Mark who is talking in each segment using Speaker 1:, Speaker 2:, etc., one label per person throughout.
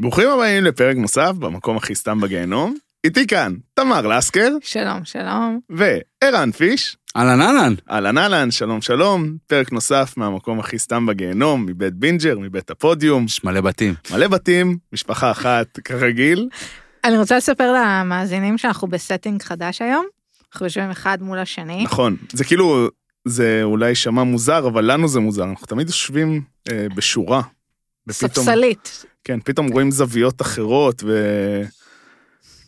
Speaker 1: ברוכים הבאים לפרק נוסף במקום הכי סתם בגיהנום. איתי כאן תמר לסקר
Speaker 2: שלום, שלום.
Speaker 1: וערן פיש.
Speaker 3: אהלן אהלן.
Speaker 1: אהלן אהלן, שלום שלום, פרק נוסף מהמקום הכי סתם בגיהנום, מבית בינג'ר, מבית הפודיום,
Speaker 3: יש מלא בתים.
Speaker 1: מלא בתים, משפחה אחת, כרגיל.
Speaker 2: אני רוצה לספר למאזינים שאנחנו בסטינג חדש היום. אנחנו יושבים אחד מול השני.
Speaker 1: נכון, זה כאילו, זה אולי שמע מוזר, אבל לנו זה מוזר, אנחנו תמיד יושבים אה, בשורה. ופתאום-
Speaker 2: ספסלית.
Speaker 1: כן, פתאום רואים זוויות אחרות, ו...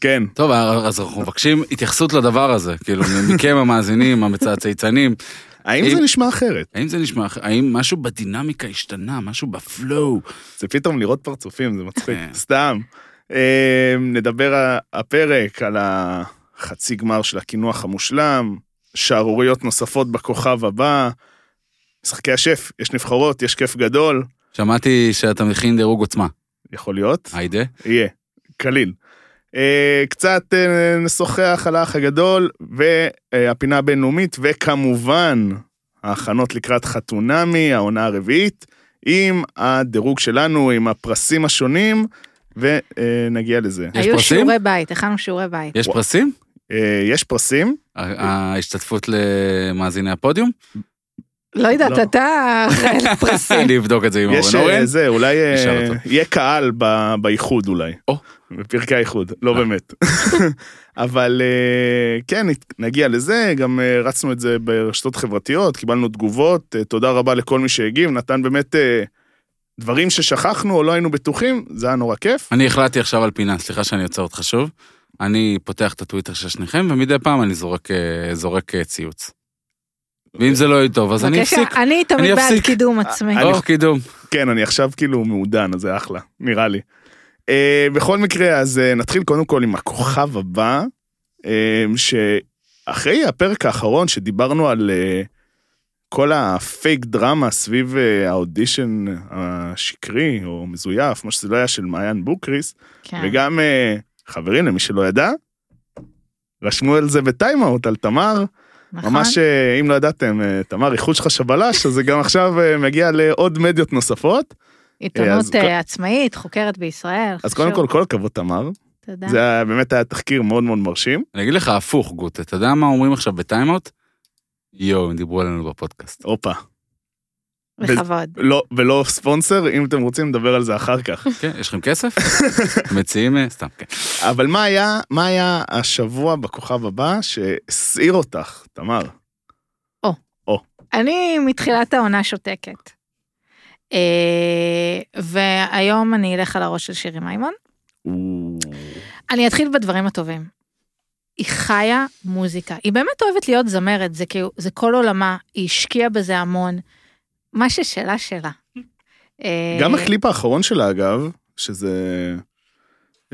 Speaker 1: כן,
Speaker 3: טוב, אה, אז אנחנו מבקשים התייחסות לדבר הזה, כאילו, מכם המאזינים, המצ- הצייצנים,
Speaker 1: האם זה
Speaker 3: אם-
Speaker 1: נשמע אחרת?
Speaker 3: האם זה נשמע, אח- האם משהו בדינמיקה השתנה, משהו בפלואו?
Speaker 1: זה פתאום לראות פרצופים, זה מצחיק,
Speaker 3: כן.
Speaker 1: סתם. אה, נדבר ה- הפרק על החצי גמר של הקינוח המושלם, שערוריות נוספות בכוכב הבא, משחקי השף, יש נבחרות, יש כיף גדול,
Speaker 3: שמעתי שאתה מכין דירוג עוצמה.
Speaker 1: יכול להיות,
Speaker 3: היידה?
Speaker 1: יהיה, כליל. אה, קצת אה, נשוחח על האח הגדול, והפינה הבינלאומית, וכמובן, ההכנות לקראת חתונמי, העונה הרביעית, עם הדירוג שלנו, עם הפרסים השונים, ונגיע לזה.
Speaker 3: יש
Speaker 2: היו
Speaker 3: פרסים?
Speaker 2: שיעורי בית, הכנו שיעורי בית.
Speaker 3: יש
Speaker 1: וואו.
Speaker 3: פרסים?
Speaker 1: אה, יש פרסים?
Speaker 3: ה- ההשתתפות למאזיני הפודיום?
Speaker 2: לא יודעת,
Speaker 1: לא.
Speaker 2: אתה אחראי לפרסים.
Speaker 3: אני אבדוק את זה עם
Speaker 1: כן. יש
Speaker 3: אורן אורן.
Speaker 1: אה, זה, אולי אה,
Speaker 3: נשאל אותו.
Speaker 1: יהיה קהל ב- באיחוד אולי.
Speaker 3: או. אה.
Speaker 1: בפרקי האיחוד, לא באמת. אבל אה, כן, נת- נגיע לזה, גם אה, רצנו את זה ברשתות חברתיות, קיבלנו תגובות, אה, תודה רבה לכל מי שהגיב, נתן באמת אה, דברים ששכחנו או לא היינו בטוחים, זה היה נורא כיף.
Speaker 3: אני החלטתי עכשיו על פינה, סליחה שאני עוצר אותך שוב. אני פותח את הטוויטר של שניכם, ומדי פעם אני זורק, אה, זורק אה, ציוץ. ואם זה לא יהיה טוב, אז אני
Speaker 2: בבקשה,
Speaker 3: אפסיק.
Speaker 2: אני תמיד
Speaker 3: אני
Speaker 2: בעד
Speaker 3: אפסיק.
Speaker 2: קידום עצמי.
Speaker 1: אני-
Speaker 3: או קידום.
Speaker 1: כן, אני עכשיו כאילו מעודן, אז זה אחלה, נראה לי. אה, בכל מקרה, אז אה, נתחיל קודם כל עם הכוכב הבא, אה, שאחרי הפרק האחרון שדיברנו על אה, כל הפייק דרמה סביב אה, האודישן השקרי או מזויף, מה שזה לא היה, של מעיין בוקריס,
Speaker 2: כן.
Speaker 1: וגם, אה, חברים, למי שלא ידע, רשמו על זה בטיימאוט, על תמר,
Speaker 2: נכון?
Speaker 1: ממש אה, אם לא ידעתם, אה, תמר, איחוד שלך שבלש, אז זה גם עכשיו אה, מגיע לעוד מדיות נוספות. אה, אז
Speaker 2: עיתונות
Speaker 1: כל-
Speaker 2: אה, עצמאית, חוקרת בישראל.
Speaker 1: אז
Speaker 2: חשוב.
Speaker 1: קודם כל, כל הכבוד תמר,
Speaker 2: תודה.
Speaker 1: זה היה- באמת היה תחקיר מאוד מאוד מרשים.
Speaker 3: אני אגיד לך הפוך, גוט, אתה יודע מה אומרים עכשיו בטיימאוט? יואו, הם דיברו עלינו בפודקאסט.
Speaker 1: הופה.
Speaker 2: בכבוד.
Speaker 1: לא, ולא ספונסר, אם אתם רוצים נדבר על זה אחר כך.
Speaker 3: כן, יש לכם כסף? מציעים, אה, סתם, כן.
Speaker 1: אבל מה היה, מה היה השבוע בכוכב הבא שהסעיר אותך, תמר?
Speaker 2: אני מתחילת העונה שותקת. אה, והיום אני אלך על הראש של שירי מימון. אני אתחיל בדברים הטובים. היא חיה מוזיקה, היא באמת אוהבת להיות זמרת, זה כאילו, זה כל עולמה, היא השקיעה בזה המון. מה ששלה שלה. אה,
Speaker 1: גם הקליפ האחרון שלה, אגב, שזה...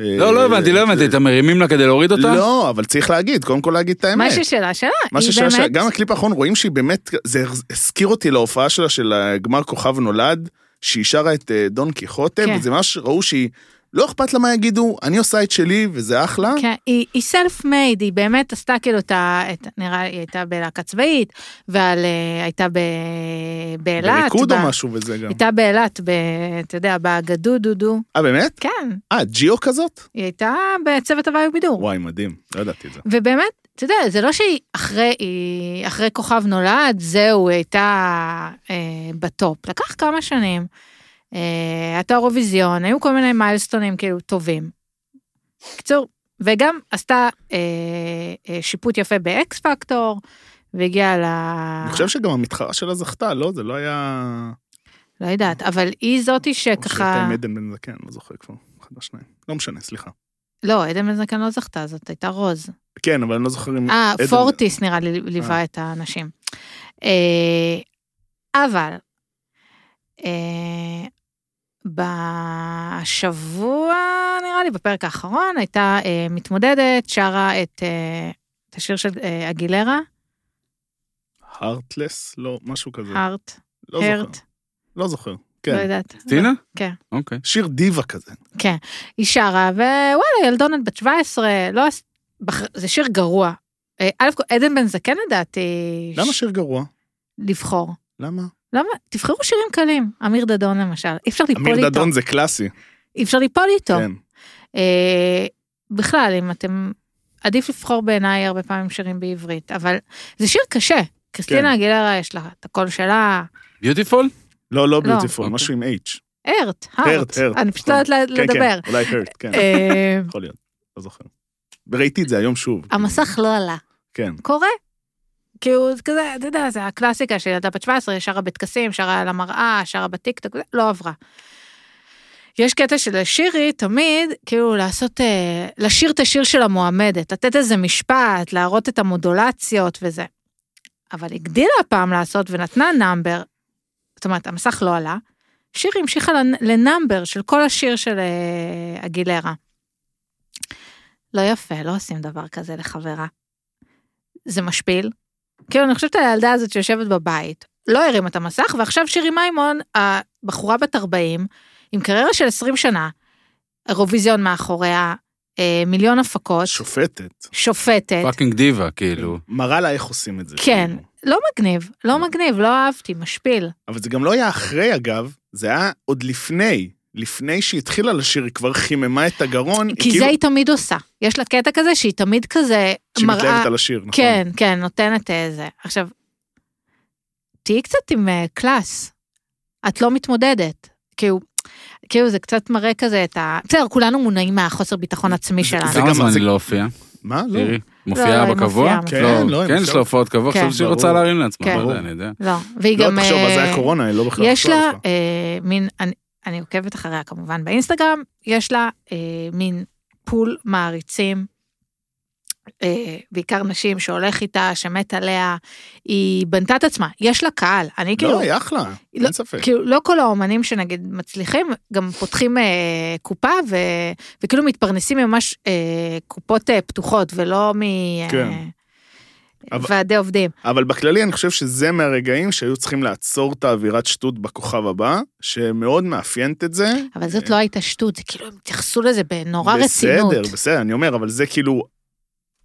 Speaker 3: לא, לא הבנתי, לא הבנתי, אתם מרימים לה כדי להוריד אותה?
Speaker 1: אה, לא, אבל צריך להגיד, קודם כל להגיד את האמת.
Speaker 2: מה ששלה שלה,
Speaker 1: מה
Speaker 2: היא
Speaker 1: ששאלה,
Speaker 2: באמת,
Speaker 1: גם הקליפ האחרון רואים שהיא באמת, זה הזכיר אותי להופעה שלה של אה, גמר כוכב נולד, שהיא שרה את אה, דון קיחוטה,
Speaker 2: כן.
Speaker 1: וזה ממש ראו שהיא, לא אכפת לה מה יגידו, אני עושה את שלי וזה אחלה.
Speaker 2: כן, היא, היא סלף מייד, היא באמת עשתה כאילו את ה... את, נראה לי היא הייתה בלהקה צבאית, ועל... אה, הייתה ב, באילת.
Speaker 1: בריקוד
Speaker 2: ב-
Speaker 1: או משהו וזה גם.
Speaker 2: הייתה באילת, ב- אתה יודע, באגדו דודו.
Speaker 1: אה באמת?
Speaker 2: כן,
Speaker 1: אה, ג'יו כזאת?
Speaker 2: היא הייתה בצוות הוואי ובידור.
Speaker 1: וואי, מדהים, לא ידעתי את זה.
Speaker 2: ובאמת, אתה יודע, זה לא שהיא אחרי, היא, אחרי כוכב נולד, זהו, היא הייתה אה, בטופ. לקח כמה שנים, אה, היה את האירוויזיון, היו כל מיני מיילסטונים כאילו טובים. בקיצור, וגם עשתה אה, אה, שיפוט יפה באקס פקטור, והגיעה ל...
Speaker 1: אני חושב שגם המתחרה שלה זכתה, לא? זה לא היה...
Speaker 2: לא יודעת, אבל היא זאתי
Speaker 1: או שהייתה
Speaker 2: שככה...
Speaker 1: עם עדן בן זקן, לא זוכר כבר. אחד מהשניים. לא משנה, סליחה.
Speaker 2: לא, עדן בן זקן לא זכתה, זאת הייתה רוז.
Speaker 1: כן, אבל אני לא זוכר אם...
Speaker 2: אה,
Speaker 1: עדן-
Speaker 2: פורטיס נראה לי
Speaker 1: אה.
Speaker 2: ליווה את האנשים. אה, אבל אה, בשבוע, נראה לי, בפרק האחרון, הייתה אה, מתמודדת, שרה את אה, את השיר של אה, אגילרה,
Speaker 1: הרטלס? לא, משהו כזה.
Speaker 2: הארט,
Speaker 1: לא זוכר.
Speaker 2: הרט,
Speaker 1: לא זוכר.
Speaker 2: אה, לא
Speaker 1: כן.
Speaker 2: יודעת.
Speaker 3: טינה?
Speaker 2: כן.
Speaker 3: אוקיי.
Speaker 1: שיר דיווה כזה.
Speaker 2: כן, היא שרה, ווואלה, ילדונת בת 17, לא... עש- בח- זה שיר גרוע. אה, א', כל, עדן בן זקן לדעתי,
Speaker 1: למה
Speaker 2: ש-
Speaker 1: שיר גרוע?
Speaker 2: לבחור.
Speaker 1: למה?
Speaker 2: למה? תבחרו שירים קלים. אמיר דדון למשל, אי אפשר ליפול איתו.
Speaker 1: אמיר דדון זה קלאסי.
Speaker 2: אי אפשר ליפול איתו.
Speaker 1: כן.
Speaker 2: אה, בכלל, אם אתם... עדיף לבחור בעיניי הרבה פעמים שירים בעברית, אבל זה שיר קשה.
Speaker 1: כן.
Speaker 2: קריסטינה אגילרה יש לה את הקול שלה,
Speaker 3: ביוטיפול?
Speaker 1: לא, לא ביוטיפול,
Speaker 3: אוקיי.
Speaker 1: משהו עם H.
Speaker 2: ארט,
Speaker 1: הרט,
Speaker 2: הארט.
Speaker 1: הרט.
Speaker 2: אני פשוט לא יודעת ל-
Speaker 1: כן,
Speaker 2: לדבר.
Speaker 1: כן, אולי הרט, כן,
Speaker 2: אה,
Speaker 1: יכול להיות, לא זוכר. וראיתי את זה היום שוב.
Speaker 2: המסך לא עלה.
Speaker 1: כן,
Speaker 2: קורה. כאילו זה כזה, אתה יודע, זה הקלאסיקה של ילדה בת 17, שרה בטקסים, שרה על המראה, שרה בטיקטוק, זה לא עברה. יש קטע של שירי תמיד, כאילו לעשות, אה, לשיר את השיר של המועמדת, לתת איזה משפט, להראות את המודולציות וזה. אבל הגדילה הפעם לעשות ונתנה נאמבר, זאת אומרת, המסך לא עלה, שירי המשיכה לנ- לנאמבר של כל השיר של אה, אגילרה. לא יפה, לא עושים דבר כזה לחברה. זה משפיל. כאילו, אני חושבת על הילדה הזאת שיושבת בבית, לא הרימה את המסך, ועכשיו שירי מימון, הבחורה בת 40, עם קריירה של 20 שנה, אירוויזיון מאחוריה, אה, מיליון הפקות,
Speaker 1: שופטת.
Speaker 2: שופטת.
Speaker 3: פאקינג דיבה, כאילו.
Speaker 1: מראה לה איך עושים את זה.
Speaker 2: כן.
Speaker 1: כאילו.
Speaker 2: לא מגניב, לא מגניב, לא אהבתי, משפיל.
Speaker 1: אבל זה גם לא היה אחרי, אגב, זה היה עוד לפני. לפני שהיא התחילה לשיר, היא כבר חיממה את הגרון.
Speaker 2: כי זה היא תמיד עושה. יש לה קטע כזה שהיא תמיד כזה
Speaker 1: שהיא
Speaker 2: מראה...
Speaker 1: מתלהבת על השיר, נכון?
Speaker 2: כן, כן, נותנת איזה. עכשיו, תהיי קצת עם אה, קלאס. את לא מתמודדת. כאילו, כאילו זה קצת מראה כזה את ה... בסדר, כולנו מונעים מהחוסר ביטחון עצמי
Speaker 1: זה-
Speaker 2: שלנו.
Speaker 1: זה- גם-
Speaker 3: כמה זמן היא לא הופיעה?
Speaker 1: מה? לא.
Speaker 3: תראי,
Speaker 2: אה, לא,
Speaker 3: מופיעה
Speaker 2: היא
Speaker 3: בקבוע?
Speaker 2: מופיעה,
Speaker 1: כן,
Speaker 3: לא,
Speaker 1: לא, היא
Speaker 3: כן, יש
Speaker 1: מופיעה.
Speaker 3: לה הופעות קבוע,
Speaker 2: כן.
Speaker 3: עכשיו שהיא
Speaker 1: ברור.
Speaker 3: רוצה להרים לעצמה,
Speaker 2: כן.
Speaker 3: לא יודע, אני יודע.
Speaker 2: לא, והיא
Speaker 1: לא,
Speaker 2: גם...
Speaker 1: תחשוב, אז זה היה
Speaker 2: אה,
Speaker 1: קורונה, אני לא בכלל
Speaker 2: יש
Speaker 1: חשוב
Speaker 2: לה
Speaker 1: עליך.
Speaker 2: אה, מין, אני, אני עוקבת אחריה כמובן באינסטגרם, יש לה אה, מין פול מעריצים, אה, בעיקר נשים שהולך איתה, שמת עליה, היא בנתה את עצמה, יש לה קהל, אני כאילו,
Speaker 1: לא, היא אחלה,
Speaker 2: לא,
Speaker 1: אין ספק.
Speaker 2: כאילו לא כל האומנים שנגיד מצליחים, גם פותחים אה, קופה ו, וכאילו מתפרנסים ממש אה, קופות אה, פתוחות ולא מ...
Speaker 1: כן.
Speaker 2: אה,
Speaker 1: אבל-
Speaker 2: ועדי עובדים.
Speaker 1: אבל בכללי אני חושב שזה מהרגעים שהיו צריכים לעצור את האווירת שטות בכוכב הבא, שמאוד מאפיינת את זה.
Speaker 2: אבל זאת לא הייתה שטות, זה כאילו הם התייחסו לזה בנורא רצינות.
Speaker 1: אה. בסדר, בסדר, אני אומר, אבל זה כאילו,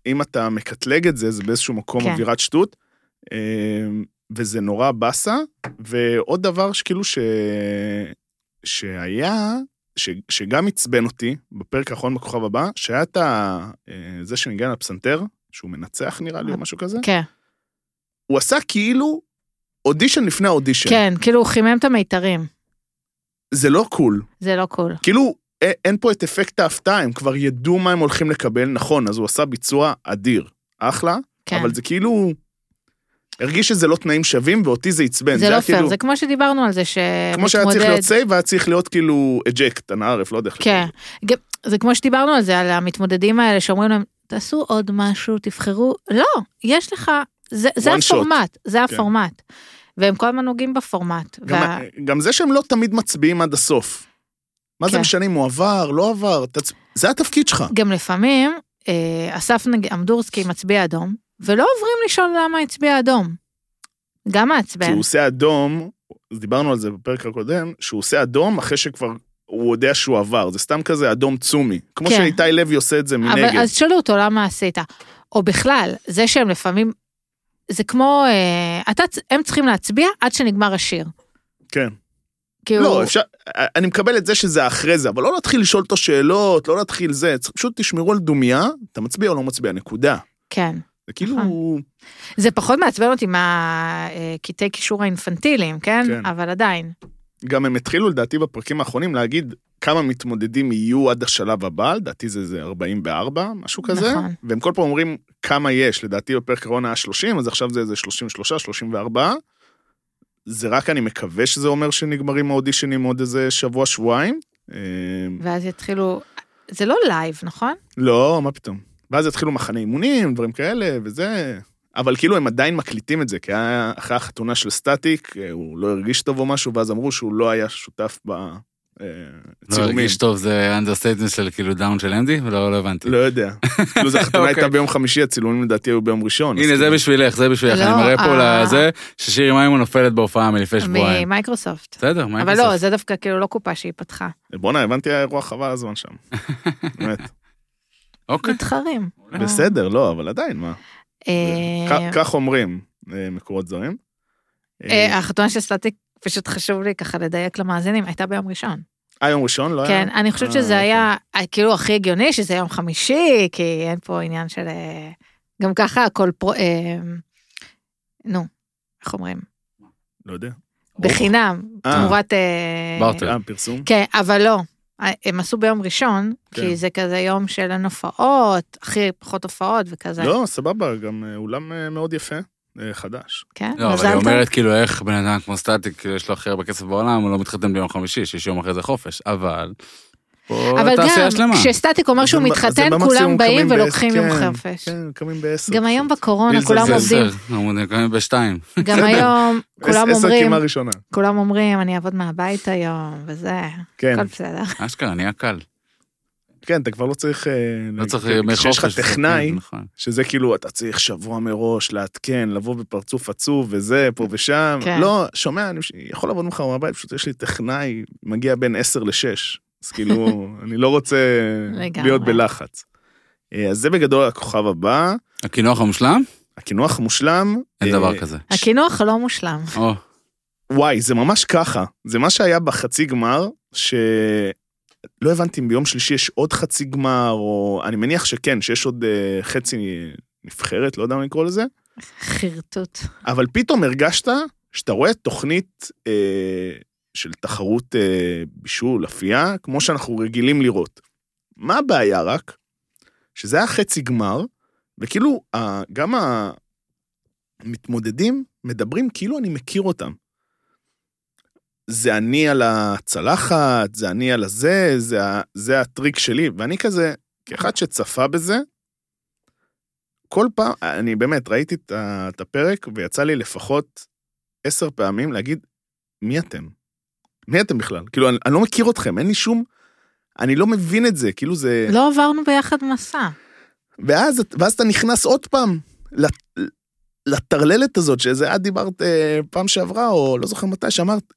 Speaker 1: אם אתה מקטלג את זה, זה באיזשהו מקום
Speaker 2: כן.
Speaker 1: אווירת שטות, אה, וזה נורא באסה. ועוד דבר שכאילו ש... שהיה, ש... שגם עצבן אותי בפרק האחרון בכוכב הבא, שהיה את ה... אה, זה שניגן על הפסנתר, שהוא מנצח נראה לי או משהו כזה,
Speaker 2: כן.
Speaker 1: הוא עשה כאילו אודישן לפני האודישן.
Speaker 2: כן, כאילו הוא חימם את המיתרים,
Speaker 1: זה לא קול.
Speaker 2: זה לא קול.
Speaker 1: כאילו, א- אין פה את אפקט ההפתעה, הם כבר ידעו מה הם הולכים לקבל, נכון, אז הוא עשה ביצוע אדיר, אחלה,
Speaker 2: כן.
Speaker 1: אבל זה כאילו... הרגיש שזה לא תנאים שווים, ואותי זה עצבן.
Speaker 2: זה
Speaker 1: היה
Speaker 2: לא פייר,
Speaker 1: כאילו-
Speaker 2: זה כמו שדיברנו על זה שמתמודד.
Speaker 1: כמו שהיה צריך להיות סייב, היה צריך להיות כאילו אג'קט, אנערף, לא יודע איך.
Speaker 2: כן, גם- זה כמו שדיברנו על זה, על המתמודדים האלה שאומרים להם, תעשו עוד משהו, תבחרו, לא, יש לך, זה
Speaker 1: One
Speaker 2: זה
Speaker 1: shot.
Speaker 2: הפורמט, זה
Speaker 1: כן.
Speaker 2: הפורמט. והם כל הזמן נוגעים בפורמט.
Speaker 1: גם,
Speaker 2: וה-
Speaker 1: גם זה שהם לא תמיד מצביעים עד הסוף. מה זה
Speaker 2: כן.
Speaker 1: משנה אם הוא עבר, לא עבר, תצ... זה התפקיד שלך.
Speaker 2: גם לפעמים, אה, אסף נג- אמדורסקי מצביע אדום, ולא עוברים לשאול למה הצביע אדום. גם
Speaker 1: כי
Speaker 2: מעצבן.
Speaker 1: הוא עושה אדום, אז דיברנו על זה בפרק הקודם, שהוא עושה אדום אחרי שכבר הוא יודע שהוא עבר, זה סתם כזה אדום צומי. כמו
Speaker 2: כן.
Speaker 1: שאיתי לוי עושה את זה מנגד.
Speaker 2: אבל אז שאלו אותו למה עשית. או בכלל, זה שהם לפעמים, זה כמו, אה, אתה, צ- הם צריכים להצביע עד שנגמר השיר.
Speaker 1: כן.
Speaker 2: כאילו,
Speaker 1: לא, אפשר, אני מקבל את זה שזה אחרי זה, אבל לא להתחיל לשאול אותו שאלות, לא להתחיל זה, צריך- פשוט תשמרו על דומייה, אתה מצביע או לא מצביע, נקודה.
Speaker 2: כן.
Speaker 1: זה כאילו,
Speaker 2: זה פחות מעצבן אותי מהקטעי קישור האינפנטיליים, כן?
Speaker 1: כן.
Speaker 2: אבל עדיין.
Speaker 1: גם הם התחילו לדעתי בפרקים האחרונים להגיד כמה מתמודדים יהיו עד השלב הבא, לדעתי זה זה 44, משהו כזה,
Speaker 2: נכון.
Speaker 1: והם כל פעם אומרים כמה יש, לדעתי בפרק האחרון היה 30, אז עכשיו זה איזה 33, 34. זה רק, אני מקווה שזה אומר שנגמרים האודישנים עוד איזה שבוע, שבועיים. אה,
Speaker 2: ואז יתחילו, זה לא לייב, נכון?
Speaker 1: לא, מה פתאום. ואז התחילו מחנה אימונים, דברים כאלה וזה, אבל כאילו הם עדיין מקליטים את זה, כי היה אחרי החתונה של סטטיק, אה, הוא לא הרגיש טוב או משהו, ואז אמרו שהוא לא היה שותף
Speaker 3: לא
Speaker 1: בצילומים.
Speaker 3: הרגיש טוב, זה אנדרסטייטמנט של כאילו דאון של אנדי? לא, לא הבנתי.
Speaker 1: לא יודע. כאילו, זו החתונה
Speaker 3: אוקיי.
Speaker 1: הייתה ביום חמישי, הצילומים לדעתי היו ביום ראשון. אז
Speaker 3: הנה, זה
Speaker 1: כאילו-
Speaker 3: בשבילך, זה בשבילך.
Speaker 2: לא,
Speaker 3: אני מראה
Speaker 2: אה.
Speaker 3: פה לזה ששירי מימון נופלת בהופעה מלפני שבועיים.
Speaker 2: ממייקרוסופט.
Speaker 3: בסדר, מה
Speaker 2: אבל לא, זה דווקא כאילו לא קופה שהיא פתחה.
Speaker 1: אה, בואנה, הבנתי האירוע חבל הזמן שם. באמת.
Speaker 3: אוקיי.
Speaker 2: מתחרים.
Speaker 1: בסדר, לא, אבל עדיין, מה?
Speaker 2: אה,
Speaker 1: כ- כך אומרים אה, מקורות זרים. אה,
Speaker 2: אה, החתונה של סטטיק, פשוט חשוב לי ככה לדייק למאזינים, הייתה ביום ראשון.
Speaker 1: אה, יום ראשון? לא היה?
Speaker 2: כן, אני חושבת
Speaker 1: אה,
Speaker 2: שזה היה אה, כאילו הכי הגיוני שזה יום חמישי, כי אין פה עניין של... אה, גם ככה הכל פרו... אה, נו, איך אומרים?
Speaker 1: לא יודע.
Speaker 2: בחינם,
Speaker 1: אה.
Speaker 2: תמורת... אה,
Speaker 3: בארטר.
Speaker 1: אה, פרסום?
Speaker 2: כן, אבל לא. הם עשו ביום ראשון,
Speaker 1: כן.
Speaker 2: כי זה כזה יום של אין הופעות, הכי פחות הופעות וכזה.
Speaker 1: לא, סבבה, גם אה, אולם אה, מאוד יפה, אה, חדש.
Speaker 2: כן,
Speaker 3: לא, אבל
Speaker 2: מזל
Speaker 3: היא
Speaker 2: טוב.
Speaker 3: אומרת כאילו איך בן אדם כמו סטטיק, כאילו יש לו הכי הרבה כסף בעולם, הוא לא מתחתן ביום חמישי, שיש יום אחרי זה חופש, אבל... פה
Speaker 2: אבל
Speaker 3: תעשייה
Speaker 2: גם,
Speaker 3: שלמה.
Speaker 2: כשסטטיק אומר שהוא
Speaker 1: זה-
Speaker 2: מתחתן,
Speaker 1: זה במקסימום
Speaker 2: כולם באים
Speaker 1: קמים ב-
Speaker 2: ולוקחים יום
Speaker 1: כן,
Speaker 2: חופש.
Speaker 1: כן, קמים בעשר.
Speaker 2: גם היום בקורונה
Speaker 1: זה-
Speaker 2: כולם
Speaker 1: זה-
Speaker 2: עובדים,
Speaker 3: עובדים. בשתיים.
Speaker 2: גם היום כולם
Speaker 1: עשר
Speaker 2: אומרים,
Speaker 1: קימה ראשונה.
Speaker 2: כולם אומרים, אני אעבוד מהבית היום, וזה,
Speaker 1: כן,
Speaker 2: הכל בסדר.
Speaker 3: אשכרה, נהיה קל.
Speaker 1: כן, אתה כבר לא צריך... אה,
Speaker 3: לא צריך
Speaker 1: כי-
Speaker 3: ימי חופש.
Speaker 1: כשיש לך
Speaker 3: וזה,
Speaker 1: טכנאי,
Speaker 3: כן, נכון.
Speaker 1: שזה כאילו, אתה צריך שבוע מראש לעדכן, לבוא בפרצוף עצוב וזה, פה ושם.
Speaker 2: כן.
Speaker 1: לא, שומע, אני יכול לעבוד ממך מהבית, פשוט יש לי טכנאי, מגיע בין 10 ל-6. אז כאילו, אני לא רוצה
Speaker 2: לגמרי.
Speaker 1: להיות בלחץ. אה, אז זה בגדול הכוכב הבא.
Speaker 3: הקינוח המושלם?
Speaker 1: הקינוח מושלם.
Speaker 3: אין
Speaker 1: אה,
Speaker 3: דבר כזה.
Speaker 2: הקינוח לא מושלם.
Speaker 3: או,
Speaker 1: וואי, זה ממש ככה. זה מה שהיה בחצי גמר, שלא הבנתי אם ביום שלישי יש עוד חצי גמר, או... אני מניח שכן, שיש עוד אה, חצי נבחרת, לא יודע מה לקרוא לזה.
Speaker 2: חרטוט.
Speaker 1: אבל פתאום הרגשת שאתה רואה תוכנית אה, של תחרות אה, בישול, אפייה, כמו שאנחנו רגילים לראות. מה הבעיה רק? שזה היה חצי גמר, וכאילו ה- גם המתמודדים מדברים כאילו אני מכיר אותם. זה אני על הצלחת, זה אני על הזה, זה, ה- זה הטריק שלי, ואני כזה, כאחד שצפה בזה, כל פעם, אני באמת ראיתי את ה- את הפרק, ויצא לי לפחות עשר פעמים להגיד, מי אתם? מי אתם בכלל? כאילו, אני, אני לא מכיר אתכם, אין לי שום... אני לא מבין את זה, כאילו זה...
Speaker 2: לא עברנו ביחד מסע.
Speaker 1: ואז, ואז אתה נכנס עוד פעם לט- לטרללת הזאת, שזה את דיברת אה, פעם שעברה, או לא זוכר מתי, שאמרת,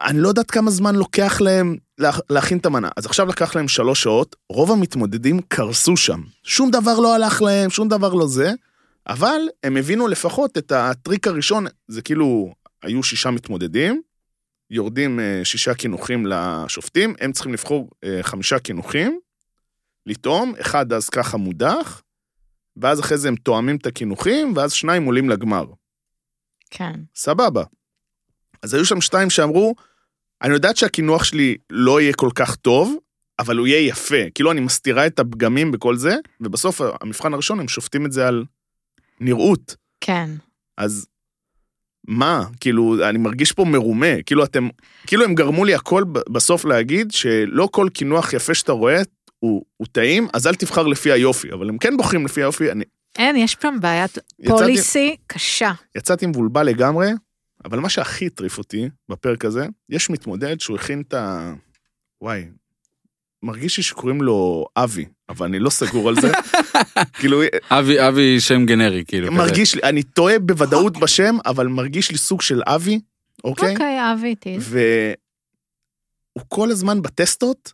Speaker 1: אני לא יודעת כמה זמן לוקח להם להכ- להכין את המנה. אז עכשיו לקח להם שלוש שעות, רוב המתמודדים קרסו שם. שום דבר לא הלך להם, שום דבר לא זה, אבל הם הבינו לפחות את הטריק הראשון, זה כאילו, היו שישה מתמודדים, יורדים אה, שישה קינוחים לשופטים, הם צריכים לבחור אה, חמישה קינוחים, לטעום, אחד אז ככה מודח, ואז אחרי זה הם תואמים את הקינוחים, ואז שניים עולים לגמר.
Speaker 2: כן.
Speaker 1: סבבה. אז היו שם שתיים שאמרו, אני יודעת שהקינוח שלי לא יהיה כל כך טוב, אבל הוא יהיה יפה. כאילו, אני מסתירה את הפגמים בכל זה, ובסוף המבחן הראשון הם שופטים את זה על נראות.
Speaker 2: כן.
Speaker 1: אז מה? כאילו, אני מרגיש פה מרומה. כאילו, אתם... כאילו, הם גרמו לי הכל ב- בסוף להגיד שלא כל קינוח יפה שאתה רואה הוא, הוא טעים, אז אל תבחר לפי היופי. אבל הם כן בוחרים לפי היופי. אני
Speaker 2: אין, יש פעם בעיית
Speaker 1: יצאתי,
Speaker 2: פוליסי קשה.
Speaker 1: יצאתי מבולבל לגמרי, אבל מה שהכי הטריף אותי בפרק הזה, יש מתמודד שהוא הכין את ה... וואי, מרגיש לי שקוראים לו אבי, אבל אני לא סגור על זה. כאילו,
Speaker 3: אבי, אבי שם גנרי, כאילו. כזה.
Speaker 1: מרגיש לי, אני טועה בוודאות בשם, אבל מרגיש לי סוג של אבי, אוקיי?
Speaker 2: אוקיי, אבי טיל.
Speaker 1: והוא כל הזמן בטסטות,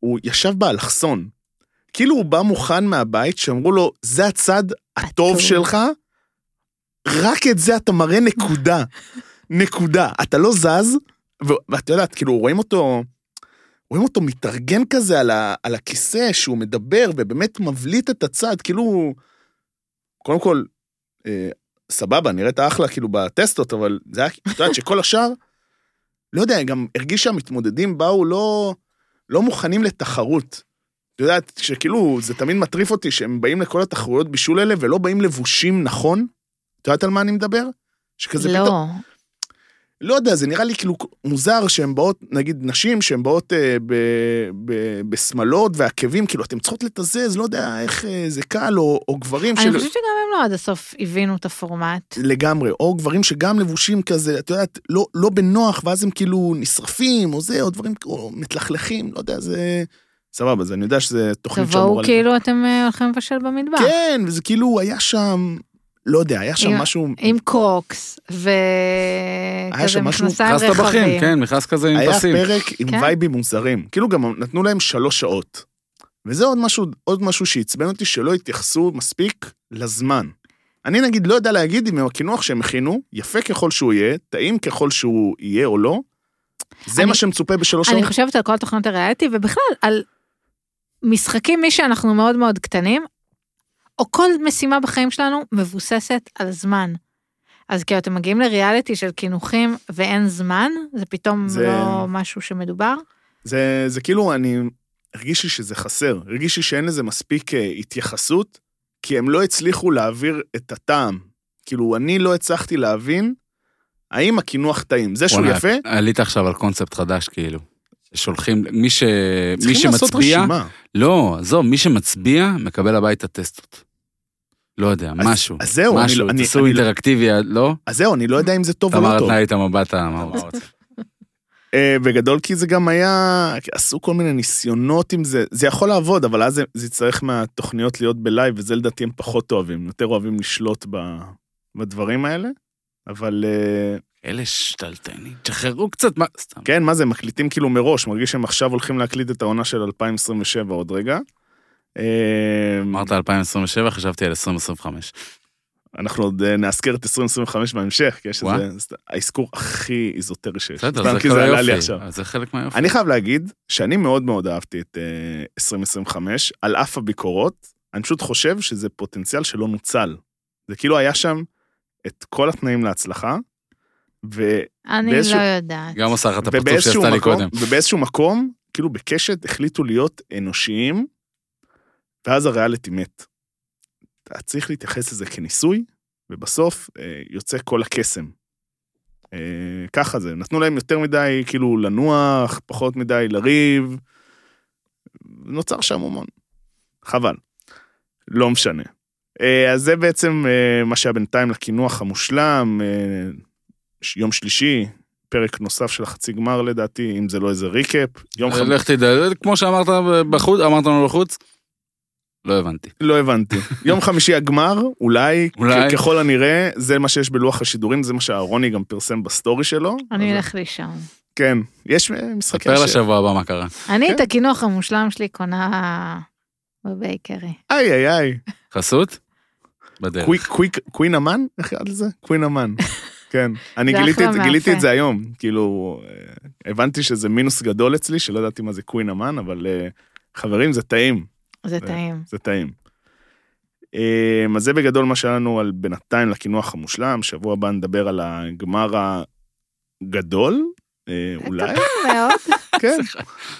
Speaker 1: הוא ישב באלכסון. כאילו הוא בא מוכן מהבית, שאמרו לו, זה הצד הטוב
Speaker 2: הטוב."
Speaker 1: שלך, רק את זה אתה מראה נקודה. נקודה. אתה לא זז, ו- ואת יודעת, כאילו רואים אותו, רואים אותו מתארגן כזה על, ה, על הכיסא, שהוא מדבר ובאמת מבליט את הצד, כאילו, קודם כל, אה, סבבה, נראית אחלה כאילו בטסטות, אבל זה היה, את יודעת שכל השאר, לא יודע, גם הרגיש שהמתמודדים באו לא, לא מוכנים לתחרות. את יודעת, שכאילו, זה תמיד מטריף אותי שהם באים לכל התחרויות בישול האלה ולא באים לבושים נכון. את יודעת על מה אני מדבר? שכזה פתאום...
Speaker 2: לא.
Speaker 1: לא יודע, זה נראה לי כאילו מוזר שהן באות, נגיד נשים שהן באות אה, ב, ב, בשמלות ועקבים, כאילו אתן צריכות לתזז, לא יודע איך אה, זה קל, או, או גברים
Speaker 2: אני
Speaker 1: של...
Speaker 2: חושבת שגם הם לא עד הסוף הבינו את הפורמט.
Speaker 1: לגמרי, או גברים שגם לבושים כזה, את יודעת, לא, לא בנוח, ואז הם כאילו נשרפים, או זה, או דברים, או מתלכלכים, לא יודע, זה... סבבה, זה, אני יודע שזה תוכנית
Speaker 2: תבואו כאילו אתם אה, הולכים לבשל במדבר.
Speaker 1: כן, וזה כאילו, היה שם, לא יודע, היה שם
Speaker 2: עם-
Speaker 1: משהו...
Speaker 2: עם קרוקס,
Speaker 1: היה
Speaker 2: וכזה
Speaker 1: שם משהו-
Speaker 2: מכנסיים
Speaker 3: מכרז טבחים,
Speaker 2: רחבים.
Speaker 3: כן, מכרז כזה עם
Speaker 1: היה
Speaker 3: פסים.
Speaker 1: פרק עם
Speaker 2: כן.
Speaker 1: וייבים מוזרים. כאילו גם נתנו להם שלוש שעות. וזה עוד משהו, עוד משהו שעצבן אותי, שלא התייחסו מספיק לזמן. אני נגיד לא יודע להגיד אם הקינוח שהם הכינו, יפה ככל שהוא יהיה, טעים ככל שהוא יהיה או לא, זה
Speaker 2: אני-
Speaker 1: מה שמצופה בשלוש
Speaker 2: אני
Speaker 1: שעות.
Speaker 2: חושבת על כל תוכנות הריאליטי, ובכלל על משחקים, מי שאנחנו מאוד מאוד קטנים, או כל משימה בחיים שלנו מבוססת על זמן. אז כאילו אתם מגיעים לריאליטי של קינוחים ואין זמן, זה פתאום
Speaker 1: זה-
Speaker 2: לא משהו שמדובר.
Speaker 1: זה, זה כאילו, אני הרגיש לי שזה חסר, הרגיש לי שאין לזה מספיק אה, התייחסות, כי הם לא הצליחו להעביר את הטעם. כאילו, אני לא הצלחתי להבין האם הקינוח טעים. זה שהוא
Speaker 3: וואלה,
Speaker 1: יפה,
Speaker 3: עלית עכשיו על קונספט חדש, כאילו. שולחים, מי, ש... מי
Speaker 1: צריכים לעשות
Speaker 3: שמצביע,
Speaker 1: רשימה.
Speaker 3: לא, עזוב, מי שמצביע, מקבל הביתה טסטות. לא יודע,
Speaker 1: אז-
Speaker 3: משהו.
Speaker 1: אז זהו, אני, לא-
Speaker 3: משהו,
Speaker 1: אני,
Speaker 3: תעשו
Speaker 1: אני, אני,
Speaker 3: אינטראקטיבי, לא?
Speaker 1: אז זהו, אני לא יודע אם זה טוב או לא
Speaker 3: תמר
Speaker 1: טוב.
Speaker 3: נתנה לי את המבט המראות.
Speaker 1: אה, בגדול, כי זה גם היה, עשו כל מיני ניסיונות עם זה, זה יכול לעבוד, אבל אז זה, זה יצטרך מהתוכניות להיות בלייב, וזה לדעתי הם פחות אוהבים, יותר אוהבים לשלוט ב, בדברים האלה, אבל... אה,
Speaker 3: אלה שטלטנים, תשחררו קצת, מה... סתם.
Speaker 1: כן, מה זה, הם מקליטים כאילו מראש, מרגיש שהם עכשיו הולכים להקליט את העונה של 2027 עוד רגע. אה,
Speaker 3: אמרת 2027, חשבתי על 2025.
Speaker 1: אנחנו עוד אה, נאזכר את 2025 בהמשך, כי יש
Speaker 3: וואי.
Speaker 1: איזה, זה האזכור הכי איזוטרי שיש.
Speaker 3: בסדר,
Speaker 1: סתם
Speaker 3: זה
Speaker 1: כי
Speaker 3: כל
Speaker 1: עלה לי
Speaker 3: היופי.
Speaker 1: עכשיו.
Speaker 3: אז זה חלק מהיופי.
Speaker 1: אני חייב להגיד שאני מאוד מאוד אהבתי את אה, 2025, על אף הביקורות, אני פשוט חושב שזה פוטנציאל שלא נוצל. זה כאילו היה שם את כל התנאים להצלחה, ו...
Speaker 2: אני
Speaker 1: באיזשהו-
Speaker 2: לא יודעת.
Speaker 3: גם עושה לך את הפרצוף
Speaker 1: ובאיזשהו
Speaker 3: שעשתה לי
Speaker 1: מקום,
Speaker 3: קודם.
Speaker 1: ובאיזשהו מקום, כאילו בקשת החליטו להיות אנושיים, ואז הריאליטי מת. אתה צריך להתייחס לזה כניסוי, ובסוף אה, יוצא כל הקסם. אה, ככה זה, נתנו להם יותר מדי כאילו לנוח, פחות מדי לריב, נוצר שם המון. חבל. לא משנה. אה, אז זה בעצם אה, מה שהיה בינתיים לקינוח המושלם, אה, ש- יום שלישי, פרק נוסף של החצי גמר לדעתי, אם זה לא איזה ריקאפ, יום חמישי.
Speaker 3: אה, לך תדע, כמו שאמרת בחוץ, אמרת לנו בחוץ, לא הבנתי.
Speaker 1: לא הבנתי. יום חמישי הגמר, אולי,
Speaker 3: אולי.
Speaker 1: אולי. ככל הנראה, זה מה שיש בלוח השידורים, זה מה שאהרוני גם פרסם בסטורי שלו.
Speaker 2: אני
Speaker 1: אז-
Speaker 2: אלך לישון.
Speaker 1: כן, יש אה, משחקי
Speaker 3: ספר לשבוע הבא מה קרה.
Speaker 2: אני
Speaker 1: כן.
Speaker 2: את הקינוח המושלם שלי קונה בבייקרי.
Speaker 1: איי, איי, איי.
Speaker 3: חסות?
Speaker 2: כן.
Speaker 3: בדרך.
Speaker 1: קוויק, קוויק, קווין אמן? איך קראת לזה? קווין אמן. כן. אני
Speaker 2: זה
Speaker 1: גיליתי,
Speaker 2: אחלה
Speaker 1: את, זה-
Speaker 2: מאפה.
Speaker 1: גיליתי את זה היום. כאילו, אה, הבנתי שזה מינוס גדול אצלי, שלא ידעתי מה זה קווין אמן, אבל אה, חברים, זה טעים.
Speaker 2: זה
Speaker 1: זה-
Speaker 2: טעים.
Speaker 1: זה טעים. אה, אז זה בגדול מה שהיה לנו על בינתיים לקינוח המושלם, שבוע הבא נדבר על הגמר הגדול, אה, אולי,
Speaker 2: מאוד.
Speaker 1: כן,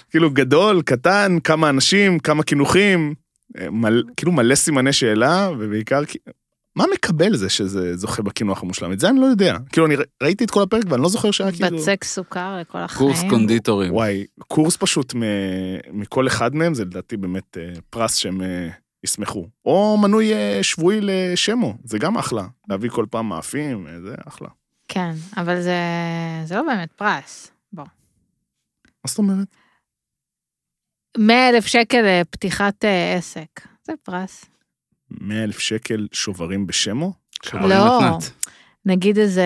Speaker 1: כאילו גדול, קטן, כמה אנשים, כמה קינוחים, אה, מל, כאילו מלא סימני שאלה, ובעיקר, כי- מה מקבל זה שזה זוכה בקינוח המושלם? את זה אני לא יודע. כאילו, אני ר- ראיתי את כל הפרק ואני לא זוכר שהיה כאילו...
Speaker 2: בצק סוכר לכל החיים.
Speaker 3: קורס קונדיטורים.
Speaker 1: וואי, קורס פשוט מ- מכל אחד מהם, זה לדעתי באמת אה, פרס שהם אה, ישמחו. או מנוי אה, שבועי לשמו, זה גם אחלה. להביא כל פעם מאפים, אה, זה אחלה. מה
Speaker 2: כן, אבל זה, זה לא באמת פרס.
Speaker 1: זאת אומרת?
Speaker 2: 100 אלף שקל אה, פתיחת אה, עסק, זה פרס.
Speaker 1: 100 אלף שקל שוברים בשמו?
Speaker 3: שוברים
Speaker 2: לא.
Speaker 3: מתנת.
Speaker 2: נגיד איזה,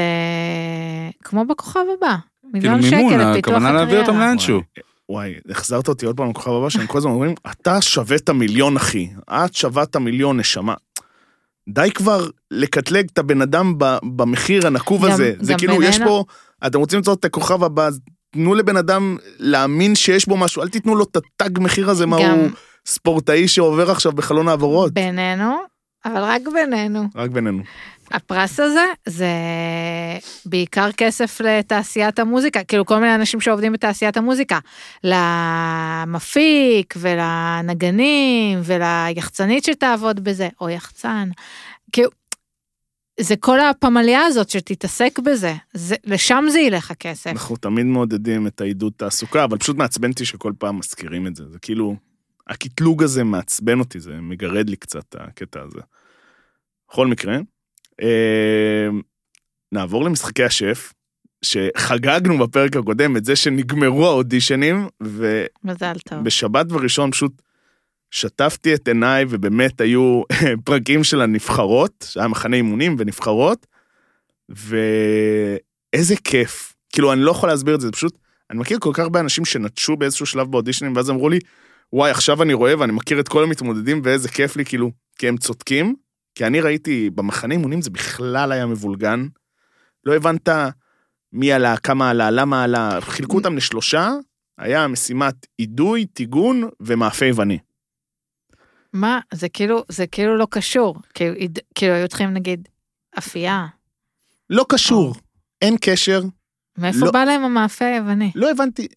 Speaker 2: כמו בכוכב הבא,
Speaker 3: כאילו
Speaker 2: מיליון
Speaker 3: מימון,
Speaker 2: שקל לפיתוח
Speaker 3: הכוונה להביא אותם
Speaker 2: הקריירה.
Speaker 3: לאנשהו.
Speaker 1: וואי, החזרת אותי עוד פעם לכוכב הבא, שהם כל הזמן אומרים, אתה שווה את המיליון, אחי. את שווה את המיליון, נשמה. די כבר לקטלג את הבן אדם ב- במחיר הנקוב
Speaker 2: גם-
Speaker 1: הזה. זה
Speaker 2: גם
Speaker 1: כאילו, יש
Speaker 2: בינינו-
Speaker 1: פה, אתם רוצים למצוא את הכוכב הבא, אז תנו לבן אדם להאמין שיש בו משהו, אל תיתנו לו את התג מחיר הזה, מה
Speaker 2: גם
Speaker 1: הוא ספורטאי שעובר עכשיו בחלון העברות.
Speaker 2: בינינו, אבל רק בינינו.
Speaker 1: רק בינינו.
Speaker 2: הפרס הזה זה בעיקר כסף לתעשיית המוזיקה, כאילו כל מיני אנשים שעובדים בתעשיית המוזיקה, למפיק ולנגנים וליחצנית שתעבוד בזה, או יחצן, כאילו, זה כל הפמליה הזאת שתתעסק בזה, זה, לשם זה ילך הכסף.
Speaker 1: אנחנו תמיד מעודדים את העידוד תעסוקה, אבל פשוט מעצבן אותי שכל פעם מזכירים את זה. זה כאילו, הקטלוג הזה מעצבן אותי, זה מגרד לי קצת, הקטע הזה. בכל מקרה, אה, נעבור למשחקי השף, שחגגנו בפרק הקודם את זה שנגמרו האודישנים, ובשבת
Speaker 2: מזל טוב.
Speaker 1: וראשון פשוט שטפתי את עיניי, ובאמת היו פרקים של הנבחרות, שהיה מחנה אימונים ונבחרות, ואיזה כיף. כאילו, אני לא יכול להסביר את זה, זה פשוט, אני מכיר כל כך הרבה אנשים שנטשו באיזשהו שלב באודישנים, ואז אמרו לי, וואי, עכשיו אני רואה ואני מכיר את כל המתמודדים, ואיזה כיף לי, כאילו, כי הם צודקים. כי אני ראיתי, במחנה אימונים זה בכלל היה מבולגן. לא הבנת מי עלה, כמה עלה, למה עלה, חילקו אותם לשלושה, היה משימת אידוי, טיגון ומאפה יווני.
Speaker 2: מה, זה כאילו, זה כאילו לא קשור. כאילו, עיד- כאילו היו צריכים נגיד אפייה.
Speaker 1: לא קשור, אין קשר,
Speaker 2: מאיפה
Speaker 1: לא.
Speaker 2: בא להם המאפה היווני?
Speaker 1: לא הבנתי.